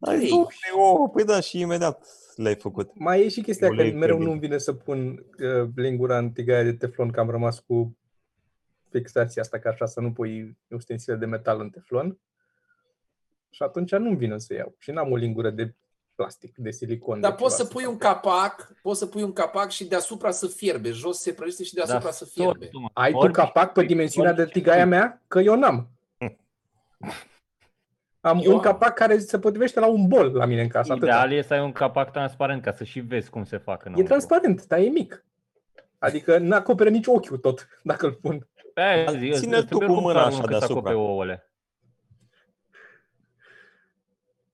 C: Ai
D: Trei.
C: 20 ouă, păi da, și imediat le-ai făcut.
A: Mai e și chestia
C: Ulei
A: că mereu
C: credin.
A: nu-mi vine să pun uh, lingura în tigaia de teflon, că am rămas cu fixația asta, ca așa să nu pui ustensile de metal în teflon. Și atunci nu-mi vine să iau. Și n-am o lingură de plastic, de silicon.
D: Dar
A: de
D: poți
A: ceva
D: să pui un capac, poți să pui un capac și deasupra să fierbe. Jos se prăjește și deasupra
B: Da,
D: să fierbe.
B: tot, mă,
A: Ai tu
B: orbi
A: capac pe
D: păi,
B: și-
A: dimensiunea
B: orbi
A: de
B: și-
A: tigaia mea? Că eu n-am. Am
D: Eu
A: un
D: am.
A: capac care se potrivește la un bol la mine în casă. Atât.
B: Ideal e să ai un capac transparent ca să și vezi cum se fac
A: E
B: înăuntru.
A: transparent, dar e mic. Adică nu acoperă nici ochiul tot, dacă îl pun.
B: Aia zi,
C: Ține
B: îți
C: tu
B: trebuie
C: cu
B: rup
C: mâna
B: ca
C: așa
B: să acoperi
C: deasupra.
B: ouăle.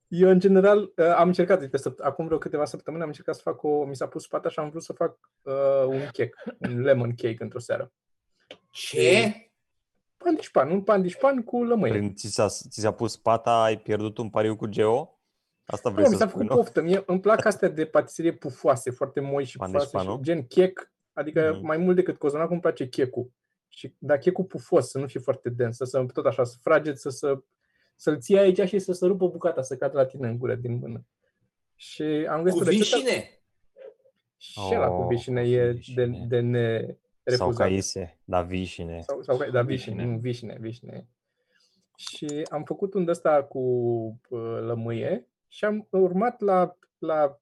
A: Eu, în general, uh, am încercat, uite, săpt- acum vreo câteva săptămâni am încercat să fac o... Mi s-a pus fata și am vrut să fac uh, un cake, un lemon cake într-o seară.
D: Ce?
A: Pandișpan, un pandișpan cu lămâie.
C: Prin, ți, s-a, ți s-a pus pata, ai pierdut un pariu cu Geo? Asta vrei
A: Nu, Păi, mi
C: să
A: s-a
C: spui,
A: făcut
C: nu?
A: poftă. Mie îmi plac astea de patiserie pufoase, foarte moi și
C: Pan de
A: pufoase,
C: spană?
A: și gen chec, adică
C: Mhm.
A: mai mult decât cozonacul îmi place checul. Și, dar checul pufos, să nu fie foarte dens, să, să tot așa, să fraged, să, să, să-l ții aici și să se rupă bucata, să cadă la tine în gură din mână. Și am
D: Cu
A: găsit o rețetă
D: vișine?
A: și la cu
C: Oh,
A: vișine
C: cu
A: e de,
C: vișine.
A: de ne
C: Sau
A: refuzat.
C: caise, da, vișine.
A: Sau, sau ca- da, vișine,
B: Vișine.
A: nu, vișine, vișine. Și am făcut un ăsta cu uh, lămâie și am urmat la, la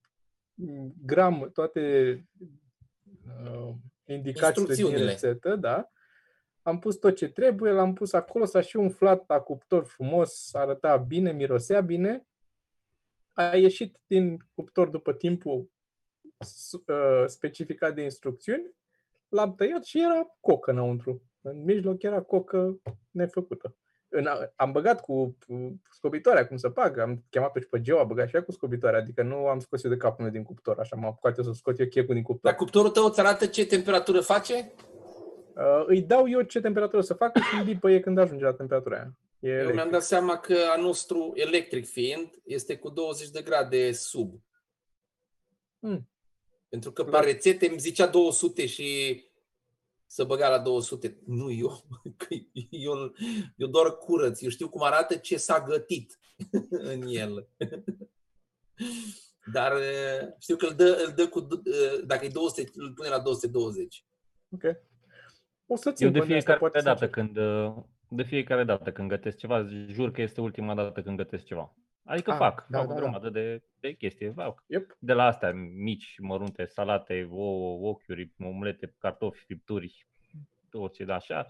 A: mm, gram toate uh, indicațiile din
D: Instrucțiunile.
A: rețetă, da. Am pus tot ce trebuie, l-am pus acolo, s-a și umflat la cuptor frumos, arăta bine, mirosea bine. A ieșit din cuptor după timpul s- uh, specificat de instrucțiuni l-am tăiat și era cocă înăuntru. În mijloc era cocă nefăcută. în, am băgat cu cu scobitoarea cum să fac, am chemat-o și pe Geo, a băgat și ea cu scobitoarea, adică nu am scos eu de capul meu din cuptor, așa m-am apucat eu să scot eu checul din cuptor.
D: Dar cuptorul tău îți arată ce temperatură face?
A: Uh, îi dau eu ce temperatură să facă și îmi bipăie când ajunge la temperatura aia. E
D: Eu mi-am
A: electric.
D: dat seama că a nostru, electric fiind, este cu 20 de grade sub.
A: Hmm.
D: Pentru că pe
A: Da.
D: rețete îmi zicea 200 și să băga la 200. Nu eu, că eu, eu doar curăț. Eu știu cum arată ce s-a gătit în el. Dar eh, știu că îl dă, îl dă cu, du- eh, dacă e 200, îl pune la 220.
A: Ok. O să țin
B: Eu de
A: cont asta, poate
B: fiecare
A: să
B: dată
A: încerc.
B: când, uh, de fiecare dată când gătesc ceva, jur că este ultima dată când gătesc ceva. Adică
A: Ah,
B: fac,
A: da,
B: fac
A: da,
B: o
A: da.
B: grămadă de, de chestii. Fac.
A: Yep.
B: De la astea mici, mărunte, salate, ouă, ochiuri, omlete, cartofi, fripturi, orice de așa.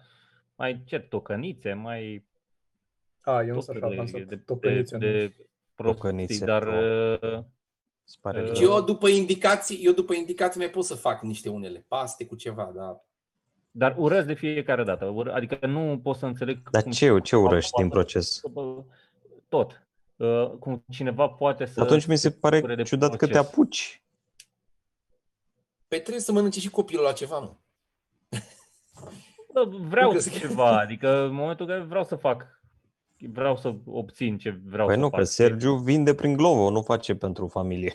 B: Mai cer tocănițe, mai
A: A, eu nu
B: tot
A: sunt
B: felul
A: așa, am
B: de, de,
A: să
B: de,
A: topănițe. nu.
B: de prostii,
C: Tocănițe,
B: dar
C: pro.
B: uh,
C: Se pare
B: Uh,
C: că-
D: Eu după indicații, eu după indicații mai pot să fac niște unele paste cu ceva, dar
B: Dar urăsc de fiecare dată. Ur- Adică nu pot să înțeleg
C: Dar
B: cum
C: ce, ce urăști din
B: poate-
C: proces?
B: Tot. Uh, Cum cineva poate să...
C: Atunci mi se
B: bucure
C: pare
B: de
C: ciudat că te
B: proces.
C: apuci.
D: Păi trebuie să mănânce și copilul la ceva, mă.
B: Bă, Vreau
D: crezi că-
B: ceva, adică în momentul în care vreau să fac, vreau să obțin ce vreau
C: Păi
B: să
C: nu,
B: fac.
C: că Sergiu vinde prin Glovo, nu face pentru familie.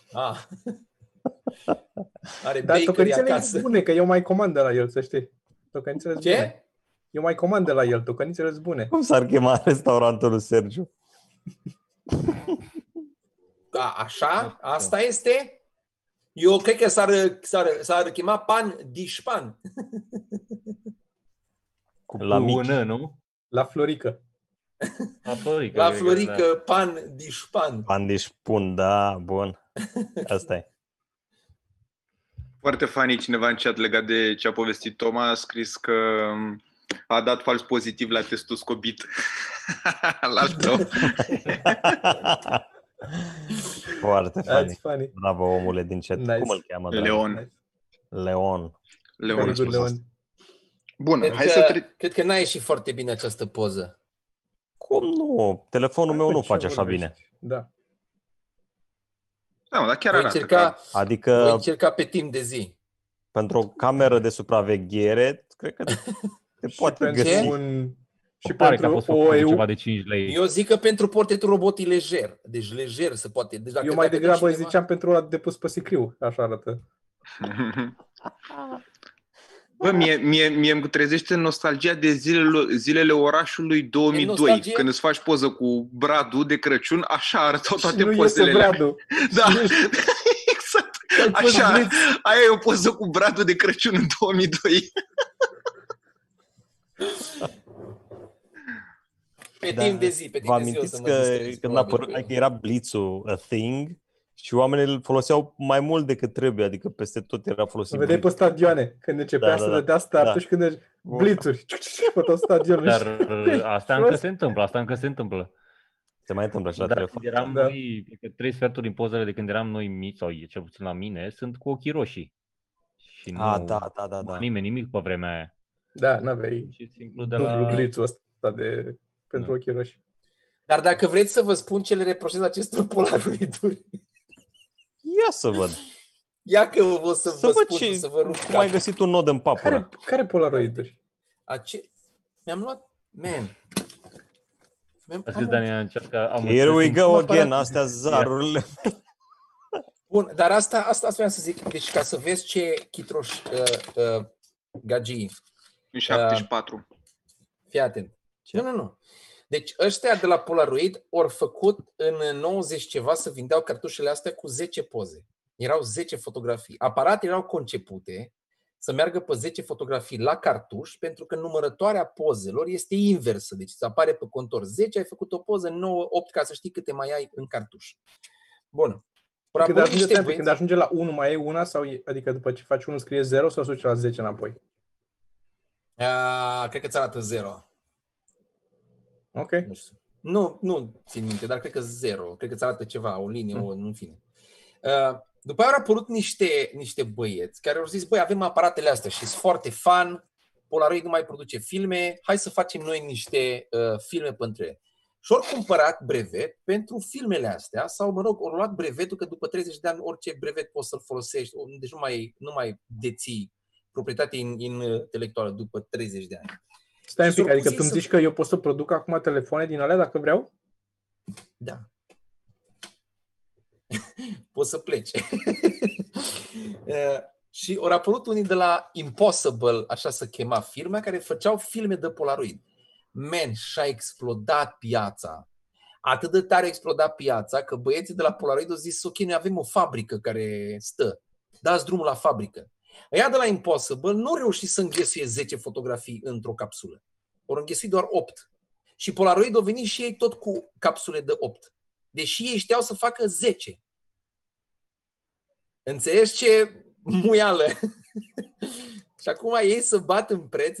D: Ah. Are
A: Dar
D: bakery
A: tocănițele
D: acasă.
A: sunt bune, Da. că eu mai comand de la el, să știi. Tocănițele sunt bune.
D: Ce?
A: Eu mai comand de la el, tocănițele sunt bune.
C: Cum s-ar chema restaurantul lui Sergiu?
D: A, Da,
A: Da.
D: așa? Asta este? Eu cred că s-ar, s-ar, s-ar chema pan dișpan.
C: Cu
B: La
C: la mic.
B: mână, nu?
A: La Florică.
B: La Florica.
D: La
B: cred că, da.
D: Florică, pan dișpan.
C: Pandiș pun, da, bun. Asta e.
E: Foarte funny cineva în chat legat de ce a povestit Toma, a scris că um, a dat fals pozitiv la testul scobit. la al tău.
C: Foarte
A: That's
C: funny.
A: funny.
C: Bravo, omule din chat.
A: Nice.
C: Cum îl cheamă? dragă?
E: Leon.
C: Leon.
E: Leon. a
A: Very
E: spus
A: good,
E: asta.
A: Leon.
E: Bun,
D: Cred
E: hai să
D: că,
E: tre-
D: cred că n-a ieșit foarte bine această poză.
C: Cum nu? Telefonul meu nu
A: Păi, ce
C: face așa
A: vorbești?
C: bine.
A: Da.
E: Da, mă, dar chiar
D: Voi
E: arată
D: încerca,
E: ca...
D: voi
C: Adică
D: încerca pe timp de zi.
C: pentru o cameră de supraveghere, cred că te poate
A: pentru
C: găsi.
A: un... Și
B: Pare că a
A: pentru
B: fost
A: o
B: făcut
A: EU,
B: ceva de 5 lei.
D: Eu zic că pentru portretul robot e lejer. Deci lejer se poate. Deci dacă
A: eu mai
D: dacă
A: degrabă
D: cineva-
A: ziceam pentru ăla depus pe sicriu, așa arată.
E: da. Bă, mie, mie, mie îmi trezește nostalgia de zilele, zilele orașului 2002,
D: E nostalgie?
E: când îți faci poză cu Bradu de Crăciun, așa arătau
A: Și
E: toate
A: nu
E: pozele.
A: este
E: alea.
A: Bradu.
E: Da, exact. Așa, aia e o poză cu Bradu de Crăciun în 2002.
D: Pe
C: Da.
D: timp de zi, pe timp
C: Vă
D: de zi o să
C: amintiți
D: mă
C: că
D: distrez,
C: când a
D: probabil,
C: apărut
D: cu el.
C: că era blitzul a thing și oamenii îl foloseau mai mult decât trebuie, adică peste tot era
A: Să
C: folosit
A: vedeai pe
C: blitz.
A: stadioane, când începea
C: Da, da,
A: să
C: da.
A: dădea start
C: Da.
A: și când ești blitzuri. Pe tot stadionul.
B: Dar uh,
A: Ești
B: asta încă
A: prost.
B: se întâmplă, asta încă se întâmplă.
C: Se mai întâmplă așa la
B: Dar
C: telefon.
B: când eram
A: Da.
B: noi, cred că trei sferturi din pozele de când eram noi mici, sau cel puțin la mine, sunt cu ochii roșii. Și nu
C: A, da, da, da, da.
B: nimeni nimic pe vremea aia.
A: Da, n-aveai
B: Și simplu de la...
A: blitzul ăsta de pentru
B: Da.
A: ochii roșii.
D: Dar dacă vreți să vă spun ce le reproșez acestor polaroiduri,
C: Ia să văd.
D: ia că o să
C: Să
D: vă
C: văd
D: spun,
C: ce-
D: să vă rup
C: Cum ai
D: capul.
C: găsit un nod în
A: Care,
C: papură?
A: care polaroiduri?
D: Ace... Mi-am luat... Man. Mi-am...
B: Asta
D: am-
B: Dania, încerc că am
C: Here we
B: înțeles-
C: go
A: Mă
C: again,
A: parat.
C: astea zarurile.
D: Bun, dar asta, asta, asta vreau să zic. Deci ca să vezi ce chitroș uh, uh, gagii.
E: În
A: Da.
E: 74.
D: Fii atent. Nu, nu, nu. Deci ăștia de la Polaroid ori făcut în 90 ceva să vindeau cartușele astea cu 10 poze. Erau 10 fotografii. Aparatele erau concepute să meargă pe 10 fotografii la cartuș pentru că numărătoarea pozelor este inversă. Deci îți apare pe contor 10, ai făcut o poză, 9, 8 ca să știi câte mai ai în cartuș. Bun.
A: Când
D: Probabil
A: ajunge,
D: niște
A: stai,
D: băieți-
A: când ajunge la 1 mai e una sau e- adică după ce faci 1 scrie 0 sau se duce la 10 înapoi.
D: A, Cred că ți arată 0.
A: Ok?
D: nu știu. Nu, nu țin minte, dar cred că zero. Cred că îți arată ceva, o linie, o, în fine. Uh, După aia au apărut niște, niște băieți care au zis, băi, avem aparatele astea și sunt foarte fan, Polaroid nu mai produce filme, hai să facem noi niște uh, filme pentru ele. Și ori cumpărat brevet pentru filmele astea, sau, mă rog, ori luat brevetul, că după 30 de ani orice brevet poți să-l folosești, deci nu mai, nu mai deții proprietate in- uh, intelectuală după 30 de ani.
A: Stai un
D: Și
A: pic, adică
D: surprinzii
A: tu îmi
D: sunt-
A: zici că eu pot să produc acum telefoane din alea dacă vreau?
D: Da. Poți să pleci. Eh, și au apărut unii de la Impossible, așa se chema firma, care făceau filme de Polaroid. Man, și-a explodat piața. Atât de tare a explodat piața că băieții de la Polaroid au zis, ok, noi avem o fabrică care stă. Dați drumul la fabrică. Ea de la Impossible nu au reușit să înghesuie 10 fotografii într-o capsulă. Au înghesuit doar 8. Și Polaroid au venit și ei tot cu capsule de 8. Deși ei știau să facă 10. Înțelegi ce muială? și acum ei să bat în preț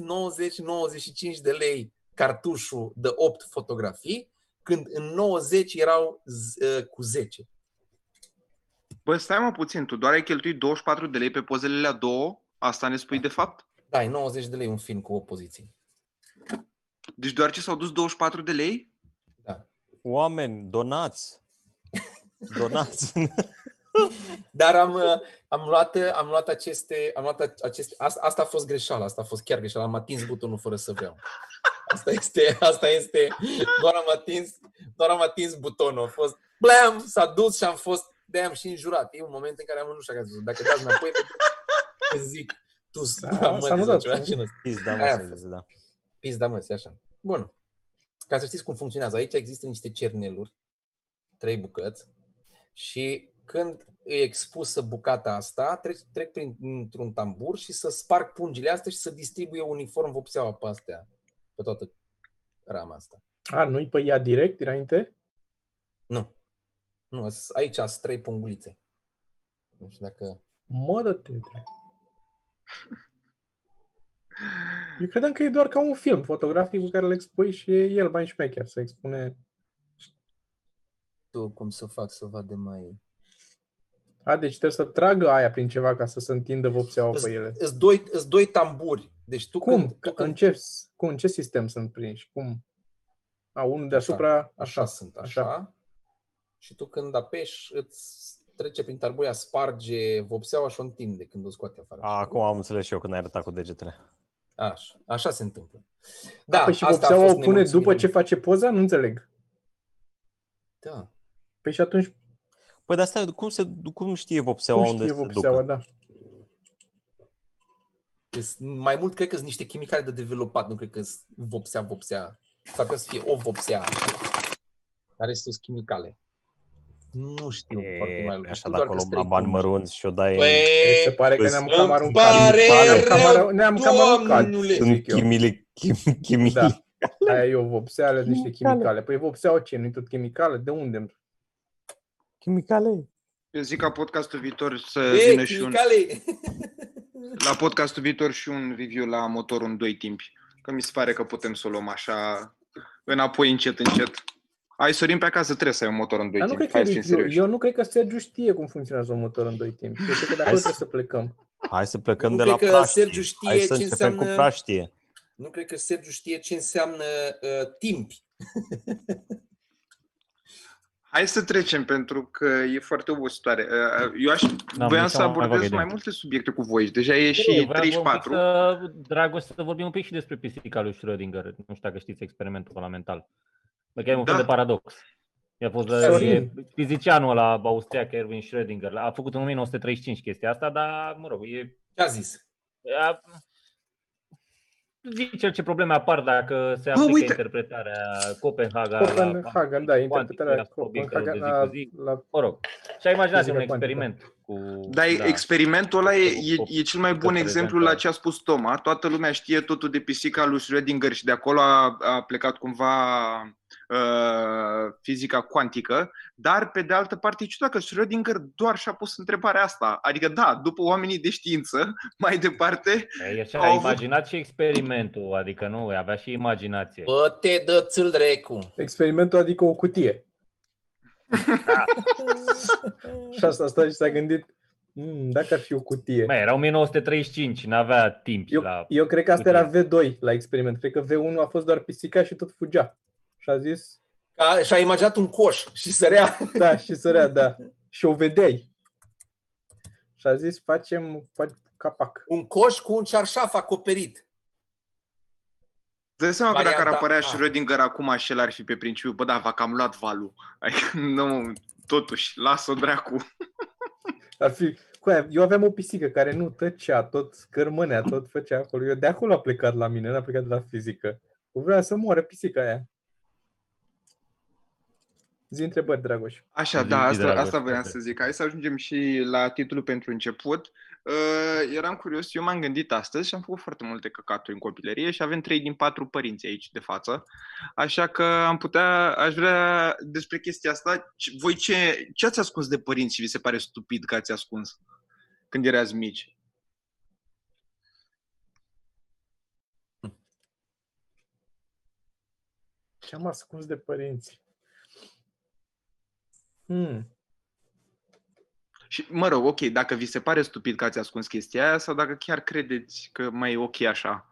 D: 90-95 de lei cartușul de 8 fotografii, când în 90 erau z- eh, cu 10.
E: Bă, stai mă puțin, tu doar ai cheltuit 24 de lei pe pozele la două? Asta ne spui de fapt?
D: Da, e 90 de lei un film cu opoziții.
E: Deci doar ce s-au dus 24 de lei?
C: Oameni, donați! Donați!
D: Dar am, uh, am, luat, uh, am luat aceste... Am luat ac- aceste asta, asta a fost greșeala, asta a fost chiar greșeala. Am atins butonul fără să vreau. Asta este, asta este, doar am atins, doar am atins butonul. A fost, blam, s-a dus și am fost, de am și înjurat. E un moment în care am nu știu dacă, dacă dați înapoi, îți zic, tu
A: Da,
D: mă,
A: s-a
D: de
A: notat.
D: ceva genul ăsta.
C: Știți, da,
D: Aia
C: mă,
D: a
C: să
D: fost.
C: zic, da.
D: Pizda, mă, așa. Bun. Ca să știți cum funcționează. Aici există niște cerneluri, trei bucăți, și când e expusă bucata asta, trec, trec printr-un tambur și să sparg pungile astea și să distribuie uniform vopseaua pe astea, pe toată rama asta.
A: A, nu-i pe ea direct, dinainte?
D: Nu. Nu, s- aici sunt trei pungulițe. Nu știu dacă...
A: Mă, dă te Eu credeam că e doar ca un film fotografic pe care îl expui și e el mai șmecher să expune.
D: Tu cum să fac să vadă mai...
A: A, deci trebuie să tragă aia prin ceva ca să se întindă vopseaua pe ele.
D: Îți doi, îți doi tamburi. Deci tu
A: Cum?
D: Când, tu
A: În ce, cu în ce sistem sunt prinși? Cum? A, unul deasupra,
D: Așa
A: așa.
D: sunt, așa.
A: Da.
D: așa. Și tu când apeși, îți trece prin tarbuia, sparge vopseaua și o întinde când o scoate afară.
C: A, Acum am înțeles și eu când ai arătat cu degetele.
D: Așa, așa se întâmplă. Da,
A: păi și
D: asta a
A: vopseaua
D: fost
A: o pune după
D: nemulțumirea
A: ce
D: mea.
A: face poza? Nu înțeleg.
D: Da.
A: Păi și atunci
C: Păi, dar stai, cum, se, cum știe vopseaua
A: cum
C: unde
A: știe
C: se
A: vopseaua,
C: ducă?
A: da.
D: Deci, mai mult cred că sunt niște chimicale de developat, nu cred că sunt vopsea, vopsea. S-ar putea să fie o vopsea. Care sunt chimicale. Nu știu
C: E,
D: foarte mai mult.
C: așa
D: Știu
C: de
D: doar că
C: acolo,
D: sunt
C: la
D: trei
C: bani
D: pungi.
C: mărunți și o dai...
A: Deci se
D: Păi,
A: pare că
C: Îți
A: ne-am
D: îmi
A: cam aruncat.
D: pare
A: Ne-am cam
D: rău,
A: arun- Ne-am cam aruncat.
D: domnule.
C: Sunt
A: zic eu.
C: chimili, chim, chimili.
A: Da.
C: Da.
A: Aia e o vopseală, niște chimicale. Păi vopseaua ce? Nu-i tot chimicală? De unde?
C: Chimicale.
E: Eu zic ca podcastul viitor să
D: Ei,
E: vină și un...
D: chimicale!
E: La podcastul viitor și un review la motorul în doi timpi. Că mi se pare că putem să o luăm așa înapoi încet, încet. Ai Sorin pe acasă, trebuie să ai un motor în doi
A: Dar nu
E: timpi.
A: cred că
E: Hai să fim
A: eu,
E: serioși.
A: eu nu cred că Sergiu știe cum funcționează un motor în doi timpi. Eu cred că de acolo trebuie să plecăm.
C: Hai să plecăm
D: Nu
C: de
D: cred
C: la
D: că
C: praștie.
D: Sergiu știe
C: Hai să
D: ce
C: începem cu
D: înseamnă-
C: praștie.
D: Nu cred că Sergiu știe ce înseamnă uh, timp.
E: Hai să trecem, pentru că e foarte obositoare. Uh, Eu
A: Da,
E: aș,
B: N-am
E: voiam
B: nici
E: să
B: cea mai vagă
E: abordez
B: idee.
E: mai multe subiecte cu voi. Deja e
B: Bine,
E: și
B: vreau un
E: 34.
B: pic Să, Dragoș, să vorbim un pic și despre pisica lui Schrödinger. Nu știu dacă știți experimentul ăla mental. Deci e un fel
E: Da.
B: de paradox. I-a fost
A: Sorin.
B: e fizicianul ăla austriac, Erwin Schrödinger. A făcut în 1935 chestia asta, dar, mă rog, e
D: Ce a zis?
B: a- Zice ce probleme apar dacă se
E: Bă,
B: aplică
E: uite!
B: interpretarea Copenhaga. la-
A: Copenhagen, da, interpretarea
B: la subiectele de
A: Copenhagen
B: zi
A: la,
B: cu zi.
A: la...
B: Mă rog. Și-a imaginat un
A: Fizică cuantică.
B: experiment cu...
E: Dar da. experimentul ăla e, e,
B: Cu-
E: e cel mai
B: cu
E: bun exemplu la
B: prezentarea.
E: ce a spus Toma. Toată lumea știe totul de pisica lui Schrödinger și de acolo a, a plecat cumva uh, fizica cuantică, dar pe de altă parte e ciudat că Schrödinger doar și-a pus întrebarea asta. Adică da, după oamenii de știință, mai departe,
B: E, așa,
E: Au
B: a
E: avut-
B: imaginat și experimentul, adică nu, avea și imaginație.
D: Bă, te dă țâl recu.
A: Experimentul, adică o cutie. și asta a stat și s-a gândit, Mm, dacă ar fi o cutie.
B: Mai era 1935, n-avea timp
A: Eu,
B: la...
A: eu cred că asta era
B: cutie.
A: V2 la experiment. Cred că V1 a fost doar pisica și tot fugea. Și a zis,
D: A, și-a imaginat un coș și sărea.
A: da, și sărea, da. Și o vedeai. Și a zis, facem, fac capac.
D: Un coș cu un cearșaf acoperit.
E: Îți dai seama că dacă ar
D: Varianta
E: apărea
D: A.
E: Schrödinger acum și el ar fi pe principiu, bă, da, v-a cam luat valul. Adică, nu, totuși, las-o dracu.
A: Ar fi, cu aia, eu aveam o pisică care nu tăcea, tot scârmânea, tot făcea acolo. Eu de acolo a plecat la mine, n-a plecat de la fizică. O vrea să moară pisica aia. Zi întrebări, Dragoș.
E: Așa,
B: Zi,
E: da,
B: zi,
E: asta,
B: Dragoș,
E: asta vreau
B: poate.
E: să zic. Hai să ajungem și la titlul pentru început. Uh, eram curios, eu m-am gândit astăzi și am făcut foarte multe căcaturi în copilărie și avem trei din patru părinți aici de față. Așa că am putea, aș vrea despre chestia asta. ce- Voi ce, ce ați ascuns de părinți și vi se pare stupid că ați ascuns când erați mici?
A: Ce am ascuns de părinți? Hmm.
E: Și, mă rog, ok, dacă vi se pare stupid că ați ascuns chestia aia sau dacă chiar credeți că mai e ok așa.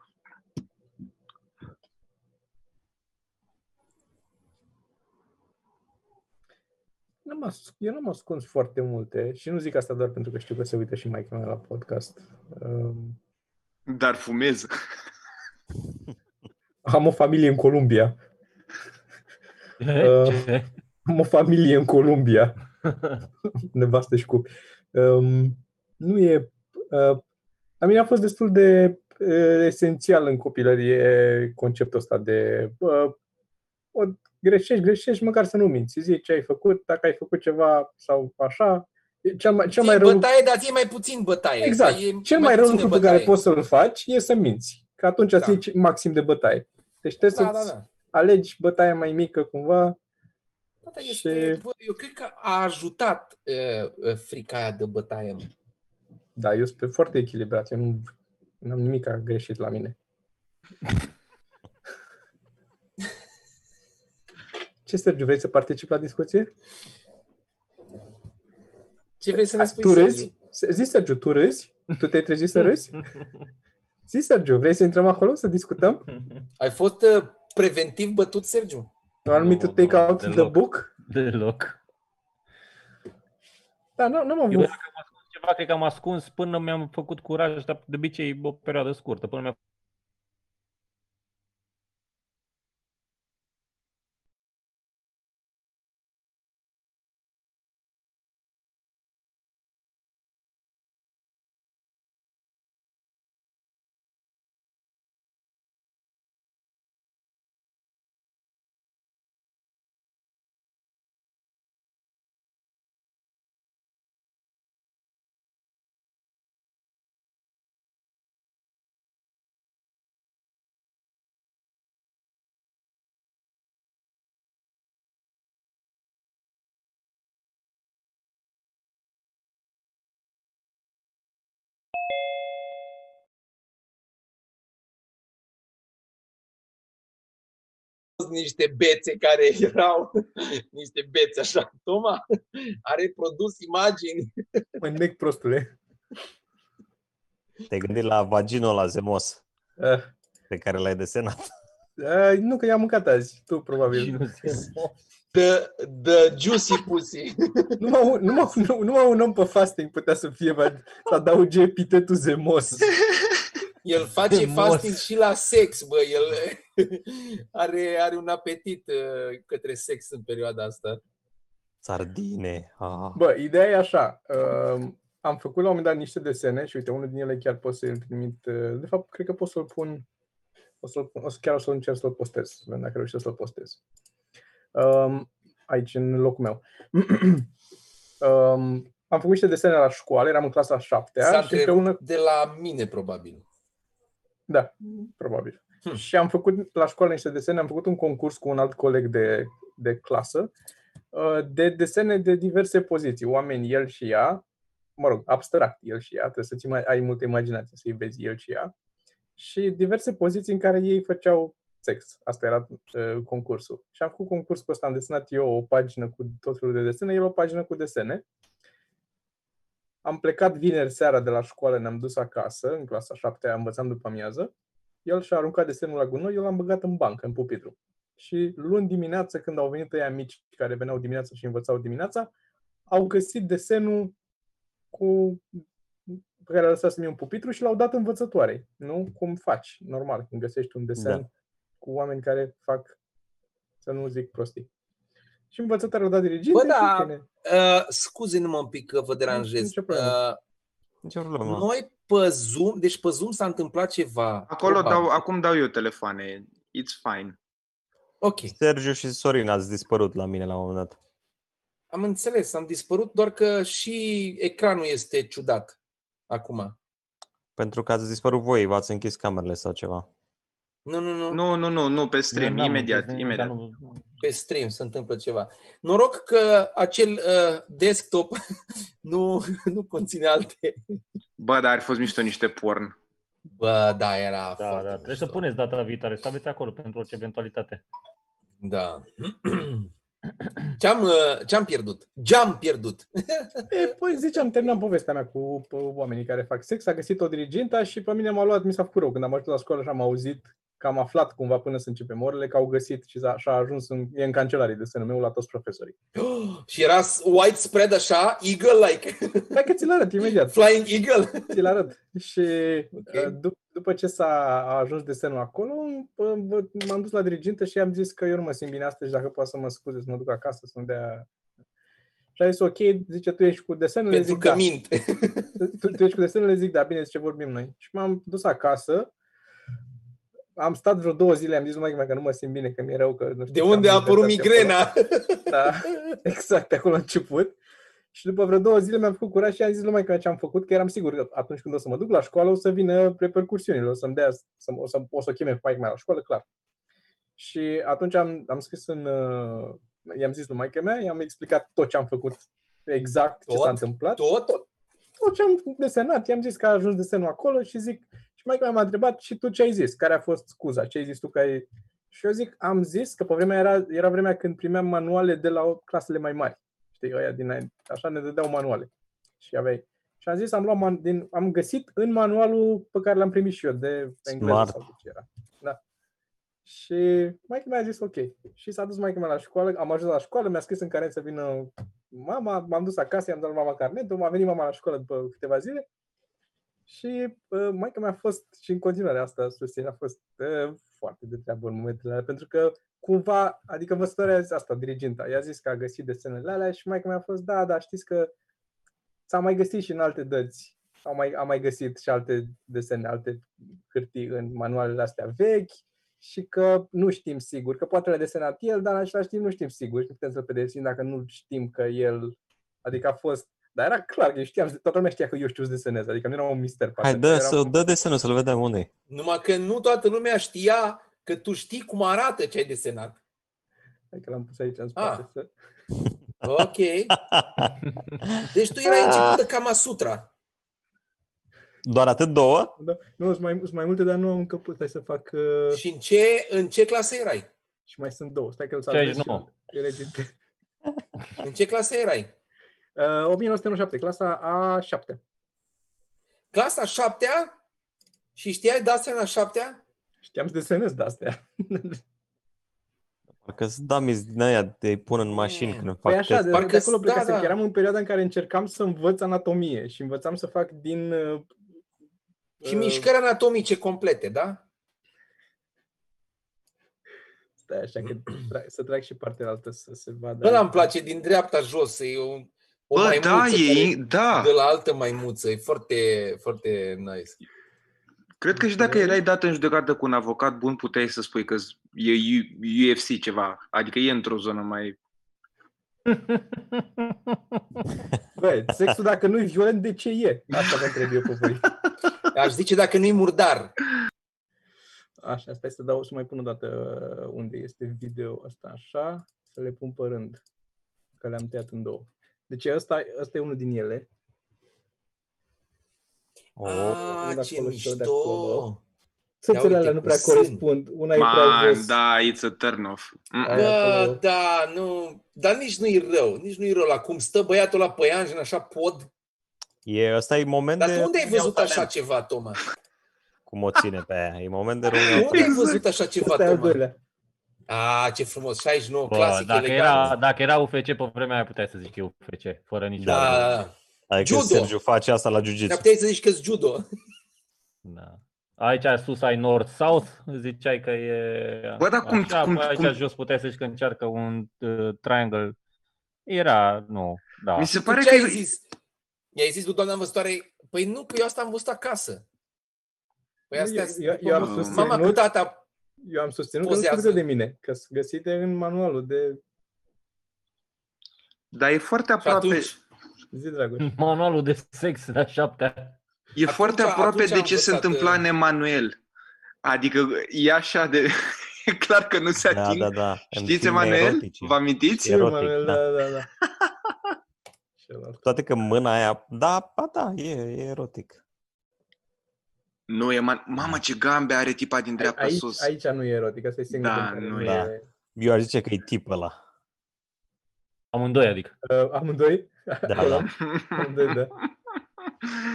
A: N-am as- eu n-am ascuns foarte multe și nu zic asta doar pentru că știu că se uită și mai mea la podcast. Um,
E: Dar fumez.
A: am o familie în Columbia.
B: Ce?
A: Am o familie în Columbia. Nevastă și cu. Um, nu e. Uh, la mine a fost destul de uh, esențial în copilărie conceptul ăsta de. Uh, o greșești, greșești, măcar să nu minți. Zi ce ai făcut, dacă ai făcut ceva sau așa. E Cea mai, cea
D: Cel
A: mai
D: mai
A: rău,
D: bătaie, dar ție mai puțin bătaie.
A: Exact.
D: Că e
A: cel mai rău
D: puțină
A: lucru pe care
D: bătaie.
A: poți să-l faci e să minți. Că atunci da.
D: Da.
A: îți iei maxim de bătaie. Deci trebuie
D: Da,
A: să
D: da,
A: ți
D: da.
A: alegi bătaia mai mică cumva.
D: Da, dar Este,
A: Și-
D: bă, eu cred că a ajutat uh, uh, frica aia de bătaie. mă.
A: Da, eu sunt foarte echilibrat. Eu nu am nimic greșit la mine. Ce, Sergiu, vrei să participi la discuție?
D: Ce vrei să ne spui?
A: tu
D: Sergiu?
A: râzi? Se- Zi, Sergiu, tu râzi? Tu te-ai trezit să râzi? Zi, Sergiu, vrei să intrăm acolo să discutăm?
D: Ai fost uh, preventiv bătut, Sergiu?
A: Un anumit
B: Nu,
A: take
B: nu,
A: out the
B: deloc.
A: book?
B: Deloc.
A: Da, nu, nu am
B: Eu
A: avut.
B: dacă am ascuns ceva, cred că am ascuns până mi-am făcut curaj, dar de obicei o perioadă scurtă, până mi-am
D: Au fost niște bețe care erau niște bețe așa. Toma a reprodus imagini.
A: Mă nec, prostule.
C: Te-ai gândit la vaginul la zemos
D: Eh.
A: Uh,
C: pe care l-ai desenat.
A: uh, nu, că i-am mâncat azi. Tu,
B: și
A: probabil.
B: nu zis.
D: The, the juicy pussy.
A: Numai un, numai, un- numai un om pe fasting putea să fie, va- să adauge epitetul zemos.
D: El face
B: Frumos.
D: fasting și la sex, bă. El are, are un apetit uh, către sex în perioada asta.
C: Sardine. Ah.
A: Bă, ideea e așa. um, Am făcut la un moment dat niște desene și uite, unul din ele chiar pot să-l trimit. uh, De fapt, cred că pot să-l pun. O să-l pun, o să, chiar o să încerc să-l postez, să vedem dacă reușesc să-l postez. Um, aici, în locul meu. um, am făcut niște desene la școală, eram în clasa 7
D: S-a
A: și împreună,
D: De la mine, probabil.
A: da, probabil.
D: Hmm.
A: Și am făcut la școală niște desene, am făcut un concurs cu un alt coleg de, de clasă uh, de desene de diverse poziții, oameni, el și ea, mă rog, abstract, el și ea, trebuie să-ți mai, ai multă imaginație să-i vezi el și ea, și diverse poziții în care ei făceau sex. Asta era uh, concursul. Și am făcut concursul ăsta, am desenat eu o pagină cu tot felul de desene, el o pagină cu desene. Am plecat vineri seara de la școală, ne-am dus acasă, în clasa 7 învățam după amiază. El și-a aruncat desenul la gunoi, eu l-am băgat în bancă, în pupitru. Și luni dimineață, când au venit ăia mici care veneau dimineața și învățau dimineața, au găsit desenul cu pe care l-a lăsat să în pupitru și l-au dat învățătoarei. Nu? Cum faci? Normal, când găsești un desen
C: Da.
A: da. cu oameni care fac, să nu zic prostii. Și învățătoarea l-a dat diriginte
D: Bă, da,
A: și în fine.
D: Uh, scuze-mă un pic că vă deranjez.
A: Nicio problemă.
D: Uh,
C: Nicio problemă.
D: noi pe Zoom, deci pe Zoom s-a întâmplat ceva.
E: Acolo
D: Opa.
E: dau, acum dau eu telefoane. It's fine.
D: Ok,
C: Sergiu și Sorin ați dispărut la mine la un moment dat.
D: am înțeles, am dispărut, doar că și ecranul este ciudat acum.
C: Pentru că ați dispărut voi, v-ați închis camerele sau ceva.
D: Nu, nu, nu,
E: Nu, nu, nu, nu, pe stream,
B: Eu n-am
E: imediat,
B: înțeles,
E: imediat.
B: dar nu-
D: pe stream se întâmplă ceva. Noroc că acel uh, desktop nu, nu conține alte...
E: Bă, dar ar fi fost mișto niște porn.
D: Bă, da, era
B: Da,
D: foarte
B: da, trebuie
D: mișto.
B: să puneți data viitoare, să aveți acolo pentru orice eventualitate.
D: Da. Ce-am, uh, ce-am pierdut? Ce-am pierdut?
A: E, păi ziceam, terminam povestea mea cu cu oamenii care fac sex, a găsit-o diriginta și pe mine m-a luat, mi s-a făcut rău când am ajuns la școală și am auzit că am aflat cumva până să începem orele, că au găsit și s-a, și-a ajuns în, e în cancelarie desenul meu la toți profesorii.
D: Și era s- widespread așa, eagle-like,
A: Hai că ți-l arăt imediat.
D: flying eagle.
A: ți-l arăt. Și
D: Ok.
A: uh, dup- după ce s-a a ajuns desenul acolo, uh, bă, m-am dus la dirigintă și am zis că eu nu mă simt bine astăzi, dacă poate să mă scuze, să mă duc acasă, să nu dea... Și a zis, ok, zice, tu ești cu desenul? Le
D: Pentru
A: zic,
D: că
A: da.
D: mint.
A: Tu, tu ești cu desenul? Le zic, da, bine, ce vorbim noi. Și m-am dus acasă, am stat vreo două zile, am zis numai că nu mă simt bine, că mi-e rău, că nu știu
D: De
A: ce am
D: unde a apărut
A: inventat eu acolo.
D: migrena?
A: Da, exact, de acolo a început. Și după vreo două zile mi-am făcut curaj și am zis numai că ce am făcut, că eram sigur că atunci când o să mă duc la școală o să vină repercursiunile, o să-mi dea, să, o, să, o să o cheme mai mai la școală, clar. Și atunci am, am scris în, uh, i-am zis numai că mea, i-am explicat tot ce am făcut exact, ce
D: Tot?
A: s-a întâmplat
D: Tot, tot.
A: tot ce am desenat, i-am zis că a ajuns desenul acolo și zic, și mai m-a întrebat și tu ce ai zis, care a fost scuza, ce ai zis tu că ai... Și eu zic, am zis că pe vremea era, era vremea când primeam manuale de la clasele mai mari. Știi, ăia din așa ne dădeau manuale. Și aveai. Și am zis, am, luat man, din, am găsit în manualul pe care l-am primit și eu, de engleză
C: Smart.
A: sau de ce era. Da. Și mai mi-a zis ok. Și s-a dus mai mea la școală, am ajuns la școală, mi-a scris în care să vină mama, m-am dus acasă, i-am dat lui mama carnetul, m-a venit mama la școală după câteva zile și uh, maica mea a fost și în continuare asta susține, a fost uh, foarte de treabă în momentele alea, pentru că cumva, adică văzătoarea a zis asta, diriginta, i-a zis că a găsit desenele alea și maica mea a fost, da, dar știți că s-a mai găsit și în alte dăți, au mai, am mai găsit și alte desene, alte hârtii în manualele astea vechi și că nu știm sigur, că poate le-a desenat el, dar în același timp nu știm sigur și nu putem să-l pedepsim dacă nu știm că el, adică a fost, dar era clar că eu știam, toată lumea știa că eu știu să desenez, adică nu era un mister.
C: Hai,
A: pentru că
C: dă,
A: era
C: să, dă desenul să-l vedem unde e.
D: Numai că nu toată lumea știa că tu știi cum arată ce ai desenat.
A: Hai că l-am pus aici în spate.
D: Ah.
A: Să...
D: Ok. Deci tu erai
B: Ah.
D: început de Kama Sutra.
C: Doar atât două?
A: Da. Nu, sunt mai, sunt mai multe, dar nu am încăput. Hai să fac... Uh...
D: Și în ce, în ce clasă erai?
A: Și mai sunt două. Stai că îl salvez.
B: 69.
A: și îl editez.
D: În ce clasă erai?
A: Uh, 1907, clasa a 7.
D: Clasa a șaptea? Și știai de astea în a șaptea?
A: Știam să desenez de astea.
C: Că să da miz din aia de îi pun în mașini
D: Mm.
C: când îmi fac
A: Păi așa,
C: test.
A: de,
D: Parcă
A: de acolo
D: da,
A: plecasem,
D: da.
A: că eram în perioada în care încercam să învăț anatomie și învățam să fac din... Uh,
D: Și
A: uh,
D: mișcări anatomice complete, da?
A: Stai așa, că tra- să trag și partea altă să se vadă.
D: Ăla îmi place din dreapta jos, e o, o
E: Bă,
D: maimuță
E: da,
D: care
E: e, da.
D: de la altă maimuță, e foarte, foarte nice.
E: Cred că și dacă erai dat în judecată cu un avocat bun, puteai să spui că e U- UFC ceva. Adică e într-o zonă mai...
A: Băi, sexul dacă nu e violent, de ce e? Asta vă întreb eu pe voi.
D: Aș zice dacă nu-i murdar.
A: Așa, stai să dau, să mai pun o dată uh, unde este video ăsta, așa, să le pun pe rând, că le-am tăiat în două. Deci ăsta, ăsta e unul din ele.
C: Oh,
A: unul de
D: Ah, ce
A: acolo da. și unul de
D: mișto!
A: acolo. Sățele
D: uite,
A: alea nu
D: cu
A: prea
D: sân.
A: corespund, una e prea
E: Man,
A: jos.
E: da, it's a turn off. Mm.
A: Aia
D: Bă,
A: acolo.
D: da, nu... Dar nici nu-i rău, nici nu-i rău la cum stă băiatul la păianjen, așa pod.
C: E, ăsta e moment
D: Dar
C: de...
D: tu unde ai
E: mi-au
D: văzut
E: talent.
D: așa ceva, Toma?
C: Cum o ține pe aia. E moment de română.
D: Unde ai văzut așa ceva,
A: Ăsta e al
D: Toma?
A: doilea.
D: A, ce frumos, 69,
B: Bă,
D: clasic,
B: dacă,
D: elegant.
B: era, dacă era UFC pe vremea aia, puteai să zici că e UFC, fără nicio...
D: Da, da, da.
C: Adică
D: Judo.
C: Sergiu face asta la
D: Dar
C: jiu-jitsu.
D: puteai să zici că-s judo.
B: da. Aici sus ai North-South, ziceai că e...
E: Bă, dar cum-
B: așa,
E: cum-
B: apoi aici
E: cum-
B: jos puteai să zici că încearcă un uh, triangle. Era, nu, da.
E: Mi se
D: Tu
E: pare
D: ce
E: că...
D: ai zis? I-ai zis lui doamna învățătoare, păi nu, că eu asta am văzut acasă. Păi
A: Nu,
D: astea
A: eu- eu- eu
E: am
D: Mama cu
A: susținut-
D: tata,
A: Eu am susținut că nu
D: Pozează.
A: se de mine, că sunt găsite în manualul de
E: Dar e foarte
D: Și
E: aproape...
D: atunci,
A: zi,
B: Mm,
A: Dragoș.
B: Manualul de sex la șaptea.
E: E
D: Atunci-
E: foarte aproape
D: atunci
E: de
D: am
E: ce se
D: învățat,
E: întâmpla
D: uh,
E: în Emanuel. Adică e așa de... E clar că nu se
C: Da,
E: ating.
C: da, da. În
E: Știți,
C: filme
E: Emanuel?
C: erotice.
E: Vă amintiți?
C: Erotic,
A: Manuel,
C: da.
A: da, da, da. Celălalt.
C: Cu Toate că mâna aia... Da, ba da, e, e erotic.
E: Nu, Eman... Mamă, ce gambe are tipa din dreapta
A: aici,
E: sus.
A: aici nu e erotic, asta e singurul.
E: Da,
A: lucru care
E: nu
C: e. Eu aș zice că e tipul ăla.
B: Amândoi, adică.
A: Uh, amândoi?
C: Da, da.
A: Amândoi, da.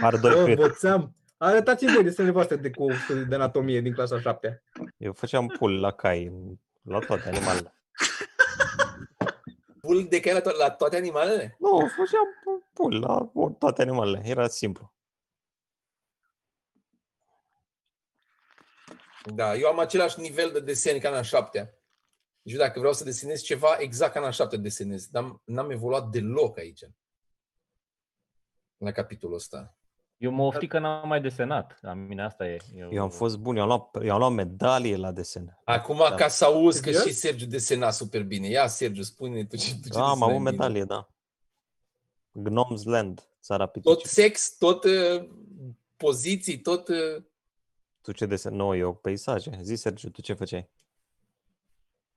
C: Par doi
A: Bă,
C: prieteni.
A: învățam. Arătați-mi voi desenele voastre de cu studii de anatomie din clasa 7
C: Eu făceam pul la cai, la toate animalele.
D: bul de cai la, to- la toate animalele?
C: Nu, făceam pu- pul la o- toate animalele. Era simplu.
D: Da, eu am același nivel de desen ca în a șaptea. Deci eu dacă vreau să desenez ceva, exact ca în a șaptea desenez. Dar n-am evoluat deloc aici. La capitolul ăsta.
B: Eu mă oftic că n-am mai desenat. La mine asta e.
C: Eu am fost bun, eu am luat, eu am luat medalie la desen.
D: Acum,
C: Da.
D: ca să auzi că
A: Serios?
D: și Sergiu desena super bine. Ia, Sergiu, spune tu ce, tu ce
C: Da, am
D: desenai
C: avut
D: bine.
C: medalie, da. Gnome's Land, țara
D: Tot
C: piticilor.
D: sex, tot uh, poziții, tot... uh,
C: Tu ce desen? Nu, eu peisaje. Zi, Sergiu, tu ce făceai?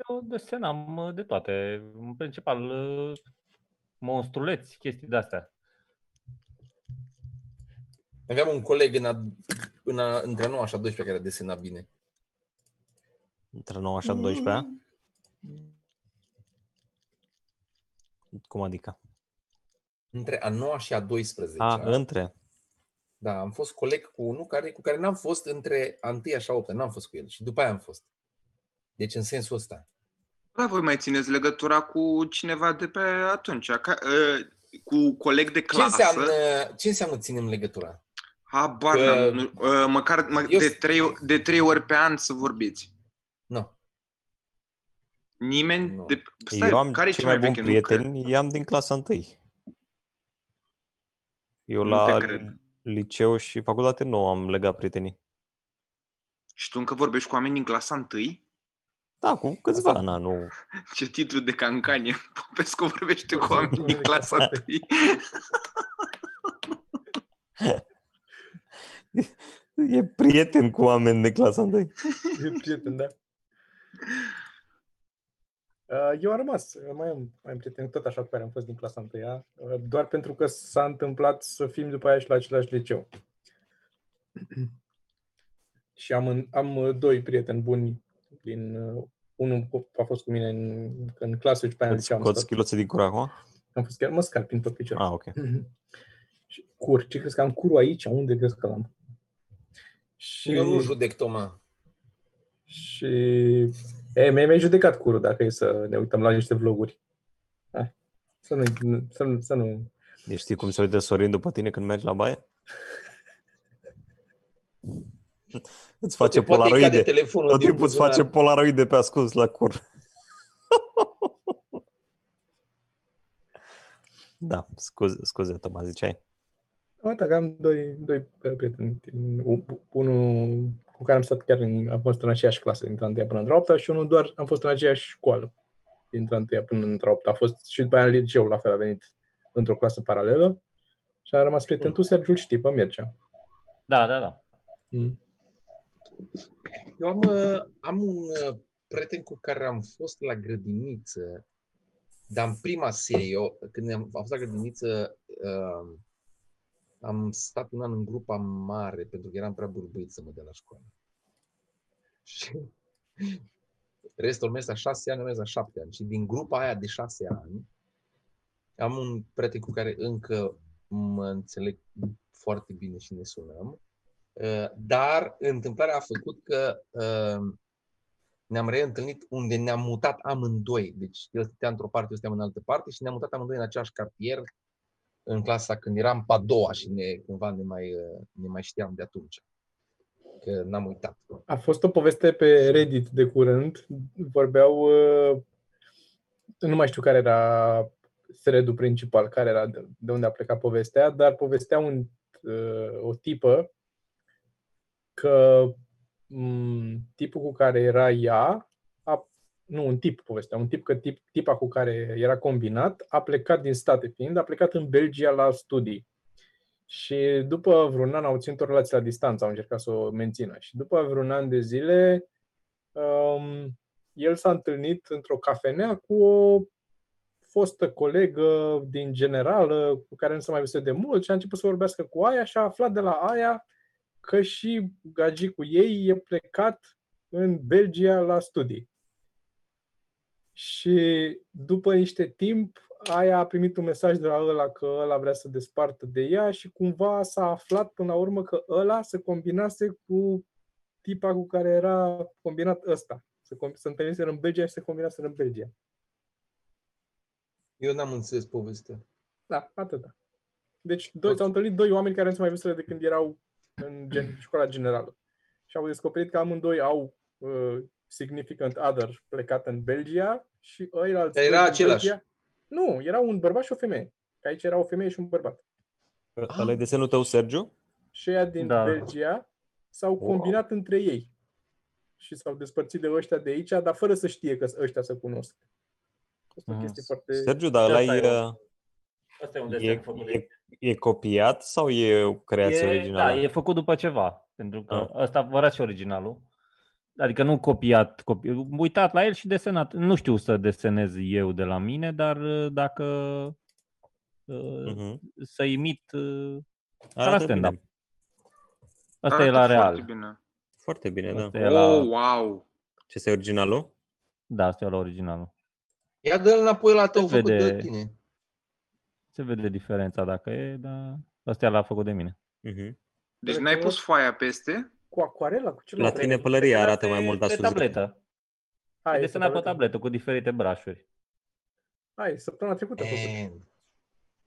B: Eu desenam uh, de toate. În principal, uh, monstruleți, chestii de-astea.
D: Aveam un coleg în a, în a, între 9 și a 12 care desena bine.
C: Între 9 și 12
E: Mm.
C: Cum adică?
D: Între a 9 și a
E: Deci
D: 12
C: A, între.
D: Da, am fost coleg cu unul care, cu care n-am fost între a 1 și a 8 n-am fost cu el și după aia am fost. Deci în sensul ăsta.
E: Da, voi mai țineți legătura cu cineva de pe atunci, ca, uh, cu coleg de
D: Ce
E: clasă.
D: înseamnă, ce înseamnă ținem legătura?
E: Habar
D: Că-
E: n-am, nu- uh, măcar mă,
D: Eu-
E: de, trei, de trei ori pe an să vorbiți.
D: Nu.
E: Nimeni?
D: Nu.
E: De, stai,
C: Eu am
E: care e
C: cei
E: cel
C: mai
E: mai
C: buni
E: vechi? Nu cred.
C: prieteni, i-am din clasa 1. Eu
E: Nu
C: la
E: te cred.
C: liceu și facultate nu am legat prietenii.
E: Și tu încă vorbești cu oameni din clasa întâi?
C: Da, cu câțiva, na, nu.
E: Ce titlu de cancanie. Popescu vorbește cu oameni din
A: Vorbește cu
E: clasa întâi.
C: E prieten cu oameni de clasa 1.
A: E prieten, da. Uh, Eu am rămas, eu mai am, mai am prieteni tot așa cu care am fost din clasa 1 doar pentru că s-a întâmplat să fim după aia și la același liceu. și am, în- am uh, doi prieteni buni din uh, unul cu- a fost cu mine în, în clasă și după aia în
C: Îți
A: liceu am Da.
C: scoți
A: fost,
C: chiloții din cură acum?
A: am fost chiar măscar prin tot piciorul.
C: Ah, ok.
A: Și cur, ce crezi că am curul aici? Unde crezi că l-am? Și,
D: Eu nu judec, Toma.
A: și e, mi-ai mai judecat curul dacă e să ne uităm la niște vloguri. Hai, Să nu, să nu, să nu.
C: Deci știi cum se uită Sorin după tine când mergi la baie? Îți face
D: Poate- poate îi cade
C: polaroide.
D: telefonul
C: Tot
D: din
C: timpul îți face
D: buzunar.
C: polaroide pe ascuns la cur. da, scuze, scuze, Toma, ziceai.
A: Mă, da, că am doi, doi uh, prieteni. din- u- Unul cu care am stat chiar în, am fost în aceeași clasă, dintre a întâia până într-a opta și unul doar am fost în aceeași școală, dintre a întâia până într-a opta. A fost și după aia în liceu, la fel, a venit într-o clasă paralelă și a rămas prieten. Tu, Sergiu, știi, pe Mircea.
B: Da, da, da.
A: Mm.
D: Eu am, uh, am un uh, prieten cu care am fost la grădiniță, dar în prima serie, eu, când am, am fost la grădiniță, uh, am stat un an în grupa mare, pentru că eram prea burbuit să mă dea la școală. Și restul urmez la șase ani, urmez la șapte ani. Și din grupa aia de șase ani, am un prieten cu care încă mă înțeleg foarte bine și ne sunăm. Uh, Dar întâmplarea a făcut că uh, ne-am reîntâlnit unde ne-am mutat amândoi. Deci el stătea într-o parte, eu stăteam în altă parte și ne-am mutat amândoi în același cartier în clasa când eram pe a doua și ne, cumva ne mai, uh, ne mai știam de atunci. Că n-am uitat.
A: A fost o poveste pe Reddit de curând. Vorbeau, uh, nu mai știu care era thread principal, care era de de unde a plecat povestea, dar povestea un, uh, o tipă că m, tipul cu care era ea, a, nu, un tip povestea, un tip că tip, tipa cu care era combinat a plecat din state fiind, a plecat în Belgia la studii. Și după vreun an au ținut o relație la distanță, au încercat să o mențină. Și după vreun an de zile, um, el s-a întâlnit într-o cafenea cu o fostă colegă din generală, cu care nu se mai văzuse de mult și a început să vorbească cu aia și a aflat de la aia că și gagicul ei e plecat în Belgia la studii. Și după niște timp, aia a primit un mesaj de la ăla că ăla vrea să despartă de ea și cumva s-a aflat până la urmă că ăla se combinase cu tipa cu care era combinat ăsta. Se, com- se întâlniseră în Belgia și se combinaseră în Belgia.
D: Eu n-am înțeles povestea.
A: Da, atâta. Deci doi, s-au întâlnit doi oameni care nu se mai văzuseră de când erau în gen, școala generală. Și au descoperit că amândoi au uh, significant other plecat în Belgia și ei alții
D: Dar era
A: în
D: același.
A: Belgia- Nu, era un bărbat și o femeie. Că aici era o femeie și un bărbat.
B: Ah.
C: Ăla e desenul tău, Sergiu?
A: Și ea din
B: Da.
A: Belgia s-au
C: Wow.
A: combinat între ei. Și s-au despărțit de ăștia de aici, dar fără să știe că ăștia se cunosc. Asta o
B: Ah,
A: chestie foarte...
C: Sergiu, dar
B: de
C: ăla
B: asta
C: e,
B: era. Asta e un
C: e,
B: desen făcut de
C: e, e copiat sau e o creație
B: e,
C: originală?
B: Da, e făcut după ceva, pentru că
C: Ah.
B: ăsta vă arăt și originalul. Adică nu copiat, copi... uitat la el și desenat. Nu știu să desenez eu de la mine, dar uh, dacă uh,
C: Mhm.
B: să imit, uh,
C: Arată
B: stand-up.
C: bine.
B: asta
E: Arată
B: e la
E: Ah, foarte
B: real.
E: Bine.
C: Foarte bine, da.
B: Asta e
E: Oh,
B: la...
E: wow!
C: Ce este originalul?
B: Da, asta e la originalul.
D: Ia dă-l înapoi la
B: Se
D: tău făcut de
B: vede.
D: tine.
B: Se vede diferența dacă e, dar asta e la făcut de mine.
C: Mhm.
E: Deci
A: Cred
E: n-ai
A: că-
E: pus foaia peste?
A: Cu acuarela? Cu ce
C: La
A: lucru?
C: tine pălăria arată mai mult
B: pe
C: asupra.
B: tabletă.
A: Hai,
B: E
D: Da,
A: e
B: desenat pe
A: tabletă.
B: tabletă cu diferite brașuri.
A: Hai, săptămâna
C: Eh.
A: trecută. a făcut.
D: Man.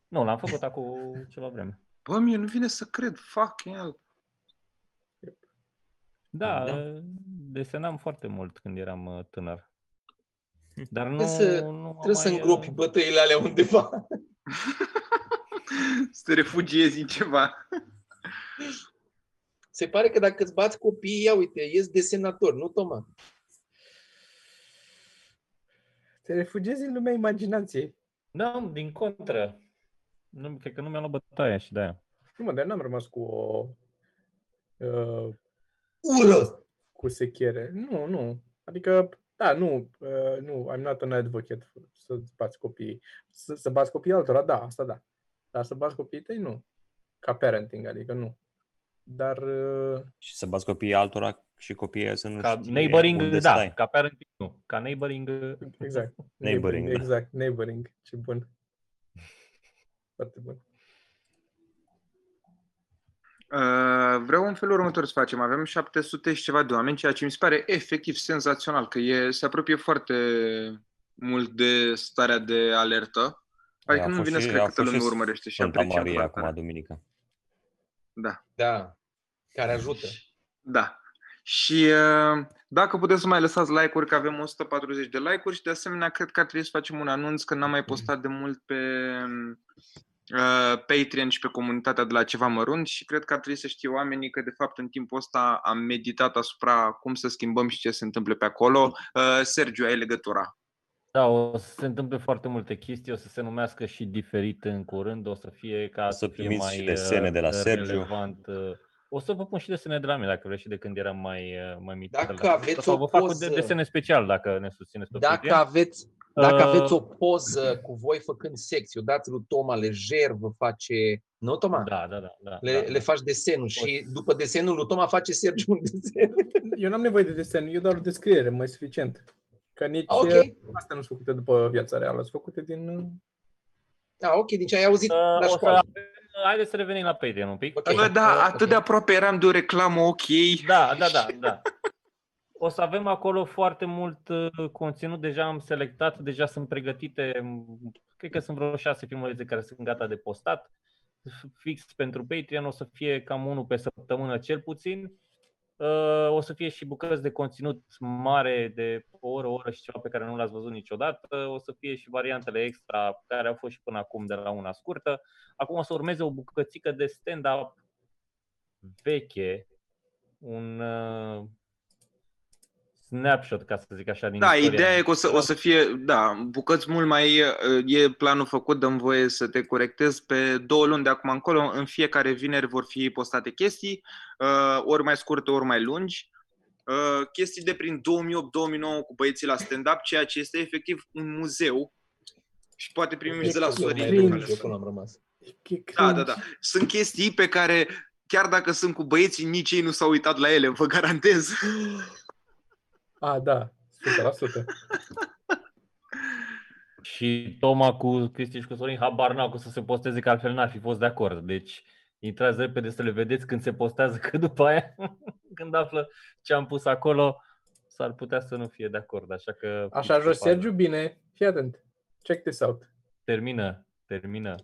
B: Nu, l-am făcut acum ceva vreme.
E: Bă, mie nu vine să cred, fucking hell.
B: Da,
C: Da.
B: da, desenam foarte mult când eram uh, tânăr.
C: Hm.
B: Dar nu,
D: Trebuie să-
B: nu am
D: Trebuie să
B: mai,
D: îngropi
B: uh,
D: bătăile alea undeva.
E: să te refugiezi în ceva.
D: Se pare că dacă îți bați copiii, ia uite, ești desenator, nu Toma?
A: Te refugiezi în lumea imaginației.
B: Da, din contră. Nu, cred că nu mi-a luat bătaia și de-aia.
A: Nu mă, dar n-am rămas cu o... Uh,
D: Ură!
A: cu sechiere. Nu, nu. Adică, da, nu, uh, nu, I'm not an advocate să-ți bați copiii. Să, să bați copiii altora, da, asta da. Dar să bați copiii tăi, nu. Ca parenting, adică nu. Dar, uh,
C: Și să bați copiii altora și copiii aia să nu
B: Ca
C: știe
B: neighboring,
C: unde
B: da,
C: stai.
B: ca parenting, nu. Ca neighboring, uh,
A: exact.
C: Neighboring, da.
A: Exact, neighboring. Ce bun. Foarte bun.
E: Uh, vreau în felul următor să facem. Avem 700 și ceva de oameni, ceea ce mi se pare efectiv senzațional, că e, se apropie foarte mult de starea de alertă. Adică
C: Păi A
E: nu
C: fost
E: vine să
C: și-
E: cred
C: a
E: câtă
C: fost și
E: lume urmărește și
C: Sfânta
E: apreciem
C: Maria
E: colaborarea.
C: acum, duminică.
E: Da,
D: Da, care ajută.
E: da. Și uh, dacă puteți să mai lăsați like-uri, că avem 140 de like-uri și de asemenea cred că ar trebui să facem un anunț că n-am mai postat de mult pe uh, Patreon și pe comunitatea de la ceva mărunt și cred că ar trebui să știe oamenii că de fapt în timpul ăsta am meditat asupra cum să schimbăm și ce se întâmplă pe acolo. Uh, Sergiu, ai legătura.
B: da, o să se întâmple foarte multe chestii, o să se numească și diferit în curând, o să fie ca
C: O să
B: fie
C: primiți
B: mai
C: și desene
B: uh,
C: de la Sergiu.
B: relevant. uh, O să vă pun și desene de la mine, dacă vreți, și de când eram mai, uh, mai mic.
D: Dacă
B: Dar-
D: aveți
B: sau
D: o
B: vă fac un
D: poză-
B: de- desene special dacă ne susțineți pe
D: Dacă
B: Patreon.
D: aveți, dacă
B: Uh,
D: aveți o poză cu voi făcând sex, eu dați lui Toma lejer, vă face... Nu, Toma?
B: Da, da, da. da,
D: Le,
B: da,
D: le faci desenul și după desenul lui Toma face Sergiu un desen.
A: Eu n-am nevoie de desen, eu doar o descriere, mai suficient. Că nici
D: Ah, ok.
A: okay. astea nu sunt făcute după viața reală, sunt făcute din... uh,
D: Da, ok, din ce ai auzit
B: Uh,
D: la
B: o să
D: școală.
B: avem haideți să revenim la Patreon un pic.
D: Ok.
E: Bă, da, atât de aproape eram de o reclamă ok.
B: Da, da, da, da. O să avem acolo foarte mult uh, conținut, deja am selectat, deja sunt pregătite, m, cred că sunt vreo șase filmulețe care sunt gata de postat. Fix pentru Patreon o să fie cam unul pe săptămână cel puțin. Uh, O să fie și bucăți de conținut mare de o oră, o oră și ceva pe care nu l-ați văzut niciodată. O să fie și variantele extra care au fost și până acum de la una scurtă. Acum o să urmeze o bucățică de stand-up veche, un uh, snapshot, ca să zic așa, din
E: Da,
B: istoria
E: ideea e
B: mea.
E: că o să, o să fie, da, bucăți mult mai, uh, e planul făcut, dăm voie să te corectez, pe două luni de acum încolo, în fiecare vineri vor fi postate chestii, uh, ori mai scurte, ori mai lungi, uh, chestii de prin 2008-2009 cu băieții la stand-up, ceea ce este efectiv un muzeu și poate primim de la
A: Efectiv,
E: Sorin.
A: mai
E: pe
A: bine.
E: care
D: Eu
E: sunt.
D: până am rămas.
A: E
E: Da,
A: cringe.
E: da, da. Sunt chestii pe care, chiar dacă sunt cu băieții, nici ei nu s-au uitat la ele, vă garantez.
A: A, da, 100%.
B: Și Toma cu Cristi și cu Sorin habar n-au că să se posteze, că altfel n-ar fi fost de acord. Deci intrați repede să le vedeți când se postează, că după aia, când află ce am pus acolo, s-ar putea să nu fie de acord. Așa că...
C: Deci
A: Așa, jos Sergiu, bine. Fii atent. Check this out.
B: Termină, termină.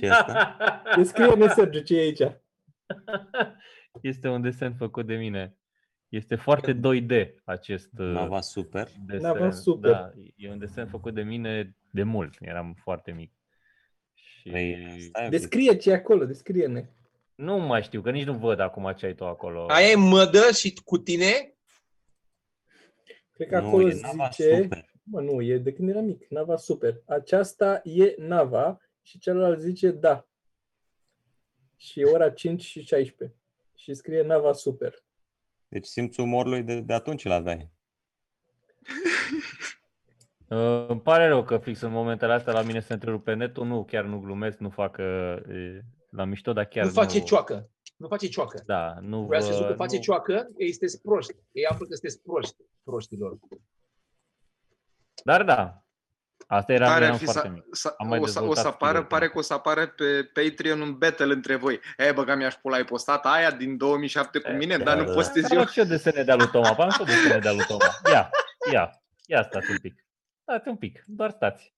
C: Ce asta?
A: Descrie-ne, Sergiu, ce e aici.
B: este un desen făcut de mine. Este foarte 2D acest uh,
A: Da.
C: Nava super.
B: desen.
A: Nava super.
B: Da, e un desen făcut de mine de mult, eram foarte mic. Și...
C: Păi, stai un pic.
A: Descrie ce e acolo, descrie-ne.
B: Nu mai știu, că nici nu văd acum ce ai tu acolo.
D: Aia e mădă și cu tine?
A: Cred că
C: Nu,
A: acolo
C: e Nava
A: zice...
C: super.
A: Mă, nu, e de când era mic. Nava super. Aceasta e Nava și celălalt zice da. Și e ora 5 și 16. Și scrie Nava super.
C: Deci simțul umorului de, de atunci îl aveai.
B: Uh, Îmi pare rău că fix în momentele astea la mine se întrerupe netul. Nu, chiar nu glumesc, nu fac uh, e, la mișto, dar chiar
D: Nu face
B: nu...
D: cioacă. Nu face cioacă.
B: Da, nu
D: Vreau
B: vă-
D: să zic că face
B: nu...
D: cioacă, ei sunteți proști. Ei află că sunteți proști, proștilor.
B: Dar da, asta era
E: Pare
B: Pare
E: ar
B: eram
E: fi
B: foarte
E: să-
B: mic.
E: să-
B: Am mai
E: o să- O
B: dezvoltat
E: să apară,
B: skill-ul.
E: pare că o să apară pe Patreon un battle între voi. E, bă, că mi-aș pula, ai postat aia din 2007 cu
B: E,
E: mine,
C: da,
E: dar
C: da,
E: nu
C: da.
E: postez
B: Am
E: eu.
B: și eu desene de-a lui Toma, am și eu desene de-a lui Toma. Ia, ia, ia stați un pic. Stați un pic, doar stați.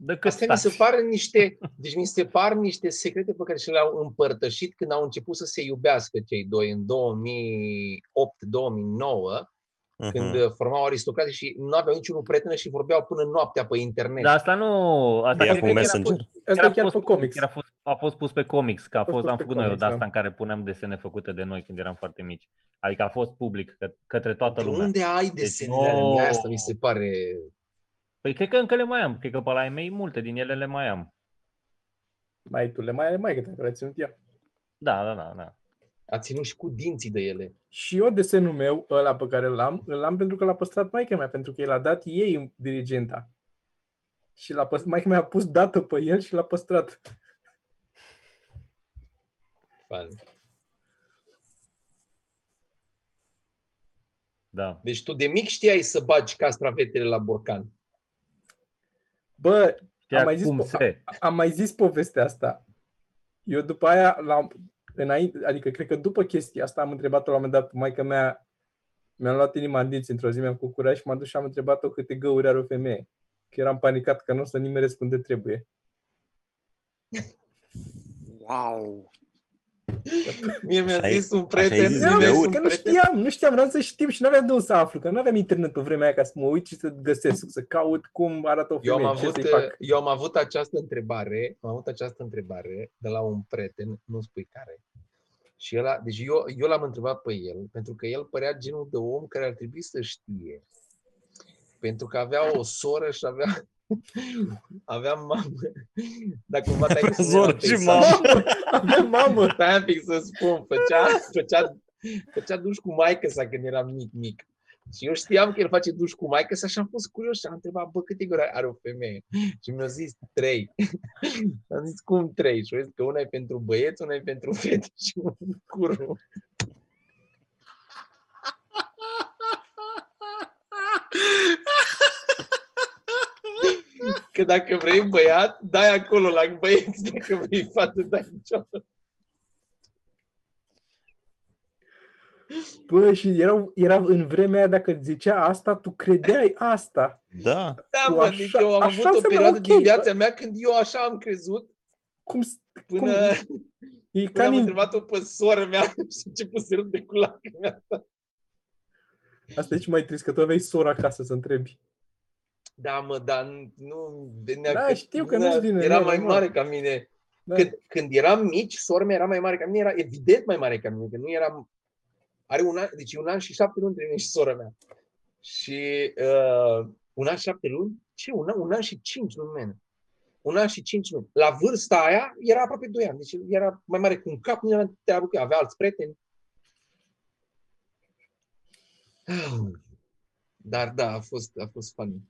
B: De cât
D: Astea mi se
B: stați.
D: par niște, deci mi se par niște secrete pe care și le-au împărtășit când au început să se iubească cei doi în 2008-2009, când
C: Mhm.
D: uh, formau aristocrații și nu aveau niciunul prietenă și vorbeau până noaptea pe internet.
B: Dar asta nu... Asta
C: Ea
B: cred
A: Adică
C: cu
B: că
C: Messenger.
B: Chiar a fost,
A: Asta e chiar pe
B: pus-
A: comics.
B: Chiar a, fost, a fost pus pe comics, că a
A: fost
B: fost,
A: pus
B: am
A: pe
B: făcut noi o
A: comics, da.
B: asta în care puneam desene făcute de noi când eram foarte mici. Adică a fost public că, către toată
D: De
B: lumea.
D: unde ai desenele alea?
B: nouă.
D: Mie Asta mi se pare...
B: Păi cred că încă le mai am. Cred că pe la ei mei multe din ele le mai am.
A: Mai tu le mai are mai că le-a ținut ea.
B: Da, da, da. da.
D: A ținut și cu dinții de ele.
A: Și eu desenul meu, ăla pe care l am, îl am pentru că l-a păstrat maica mea, pentru că el a dat ei dirigenta. Și l-a păstrat, maica mea a pus dată pe el și l-a păstrat.
D: Fan.
B: da.
D: Deci tu de mic știai să bagi castravetele la borcan.
A: Bă,
B: Știa
A: mai zis
B: cum
A: pe-
B: se.
A: am mai zis povestea asta. Eu după aia, la, înainte, adică cred că după chestia asta am întrebat-o la un moment dat, maica mea mi-am luat inima în dinți într-o zi, mi-am făcut curaj și m-am dus și am întrebat-o câte găuri are o femeie. Că eram panicat că nu o să nimeresc unde trebuie.
E: Wow!
D: Mie mi-a
C: Așa ai-
D: zis un
C: așa ai
D: prieten...
C: zis
D: mi-a
A: Nu,
C: de
D: zis
C: ori.
D: un
A: că nu
D: prieten-
A: știam, nu știam, vreau să știm și nu aveam de unde să aflu, că nu aveam internet pe vremea aia ca să mă uit și să găsesc, să caut cum arată o
D: Eu
A: femeie,
D: am,
A: ce
D: avut,
A: să-i fac.
D: eu am avut această întrebare, am avut această întrebare de la un prieten, nu spui care. Și el a, deci eu, eu l-am întrebat pe el, pentru că el părea genul de om care ar trebui să știe. Pentru că avea o soră și avea, avea mamă. Dacă cumva te-ai
C: Avea soră și mamă.
D: eh,
A: Mamă!
D: Stai un pic să spun, făcea, făcea, făcea duș cu maică sa când eram mic, mic. Și eu știam că el face duș cu maică sa și am fost curios și am întrebat, bă, câte găuri are o femeie? Și mi-a zis trei. am zis, cum trei? Și au zis că una e pentru băieți, una e pentru fete și un curu. Că dacă vrei băiat, dai acolo la băieți, dacă vrei fată, dai în cealaltă.
A: Bă, și erau, erau în vremea aia, dacă zicea asta, tu credeai asta.
C: Da.
D: Da,
A: Tu
D: mă,
A: așa-
D: deci eu am
A: așa
D: avut o
A: înseamnă
D: perioadă
A: ok,
D: din
A: bă.
D: viața mea când eu așa am crezut,
A: Cum, s- cum,
D: până,
A: e
D: până
A: ca
D: am
A: din-
D: întrebat-o pe sora mea și a început să râd de culac.
A: Asta e și mai trist, că tu aveai sora acasă să întrebi.
D: Da, mă, dar nu- nu venea
A: Da,
D: că-
A: știu că nu-ți vine,
D: Era
A: nu,
D: mai
A: normal.
D: mare ca mine.
A: Da.
D: Când, când eram mici, sora mea era mai mare ca mine, era evident mai mare ca mine, că nu eram... Are un an, deci e un an și șapte luni între mine și sora mea. Și uh, un an și șapte luni? Ce? Un an, un an și cinci luni, man. Un an și cinci luni. La vârsta aia era aproape doi ani, deci era mai mare cu un cap, nu era treabă cu ea, avea alți prieteni. Ah, Dar da, a fost, a fost funny.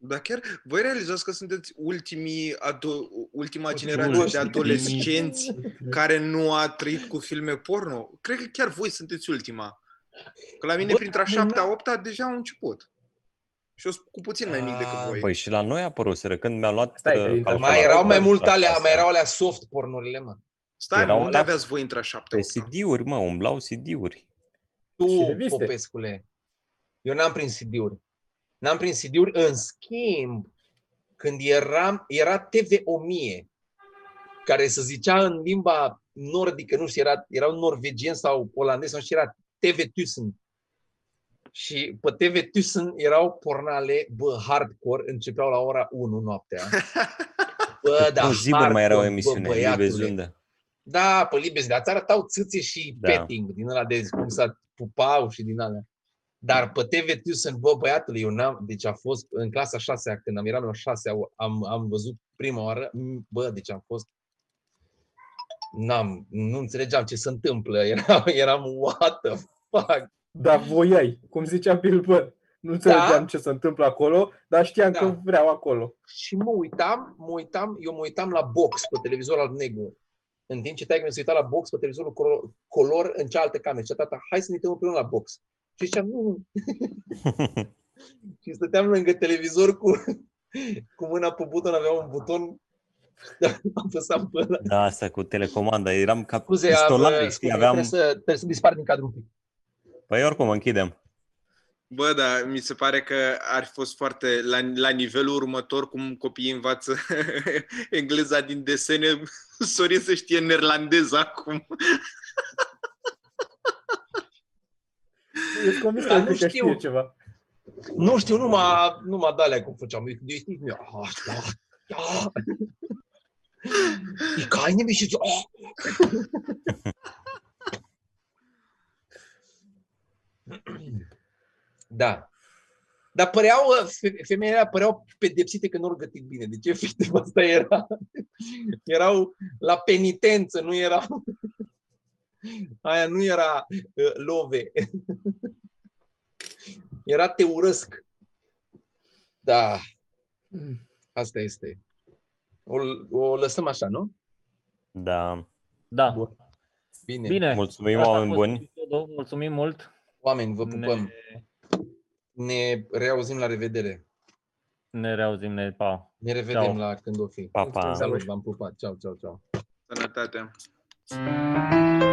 E: Dar chiar, voi realizați că sunteți ultimii, ado- ultima
B: Ultimii.
E: generație de
D: Ultimii.
E: adolescenți care nu a trăit cu filme porno? Cred că chiar voi sunteți ultima. Că la mine,
D: Bă,
E: printre a
D: dar
E: șaptea, opta, deja au început. Și eu sunt cu puțin mai mic decât
D: Ah,
E: voi.
C: Păi și la noi apăruseră, când mi-am luat
A: Stai,
C: uh,
A: că internet-
D: păi, Mai
C: calculatorul
D: erau mai mult
C: la
D: alea,
C: casă,
D: mai erau alea soft pornurile, mă.
E: Stai, mă,
C: erau
E: unde
C: la-
E: aveați voi între a șaptea,
C: Pe
E: opta?
C: CD-uri, Păi mă, umblau CD-uri.
A: Și
D: Tu,
A: reviste.
D: Popescule, eu n-am prins CD-uri. N-am prins CD-uri. În schimb, când eram, era TV 1000, care se zicea în limba nordică, nu știu, era, erau norvegien sau olandez, nu știu, era TV Thyssen. Și pe TV Thyssen erau pornale, bă, hardcore, începeau la ora 1 noaptea. Bă, da,
C: În ziluri mai era o
D: hardcore,
C: emisiune,
D: bă,
C: Live
D: băiatule.
C: Zunde.
D: Da, pe libezi, dar ți arătau țâțe și
C: Da.
D: da. petting din ăla de cum s-a pupau și din alea. Dar pe TV Tucson, bă, băiatule, eu n-am, deci a fost în clasa 6 când am eram eu 6 am, am văzut prima oară, m, bă, deci am fost N-am, nu înțelegeam ce se întâmplă, eram, eram what the fuck.
A: Dar voiai, cum zicea Bill Burr. Nu înțelegeam ce se întâmplă acolo, dar știam
D: Da.
A: că vreau acolo.
D: Și mă uitam, mă uitam, eu mă uitam la box pe televizor al negru. În timp ce taică mi se uita la box pe televizorul colo- color în cealaltă cameră. Și tata, hai să ne uităm împreună la box. Și ziceam, nu, nu, Și stăteam lângă televizor cu, cu mâna pe buton, avea un buton și apăsam pe ăla.
C: Da, asta cu telecomanda, eram ca
D: Scuze, am,
C: pistolare, știi,
D: scuze
C: aveam...
D: trebuie, să, trebuie să dispar din cadru un pic.
C: Păi oricum, închidem.
E: Bă, da, mi se pare că ar fi fost foarte la, la nivelul următor cum copiii învață engleza din desene, Sorin să știe neerlandez acum.
A: Ești convins că,
D: Dar
A: el
D: Da, nu
A: cred că
D: știu.
A: știe ceva.
D: Nu știu, numai, numai de alea cum făceam. Eu eu știu, nu, ah, da, da. E ca inimii și zic, ah. Da. Dar păreau, uh, fe- femeile alea păreau pedepsite că nu au gătit bine. Deci efectiv asta era. Erau la penitență, nu erau... Aia nu era uh, love. Era te urăsc. Da, asta este. O, o lăsăm așa, nu?
C: Da.
B: Da,
A: Bun.
D: Bine.
B: bine.
C: Mulțumim,
B: Asta a
C: oameni
B: fost
C: buni.
B: episodul. Mulțumim mult.
D: Oameni, vă pupăm.
B: Ne,
D: Ne, reauzim la revedere.
B: ne reauzim, ne pa.
D: Ne revedem
B: Ceau.
D: la când o fi.
C: Pa, pa.
D: Salut, v-am pupat. Ceau, ceau, ceau.
E: Sănătatea.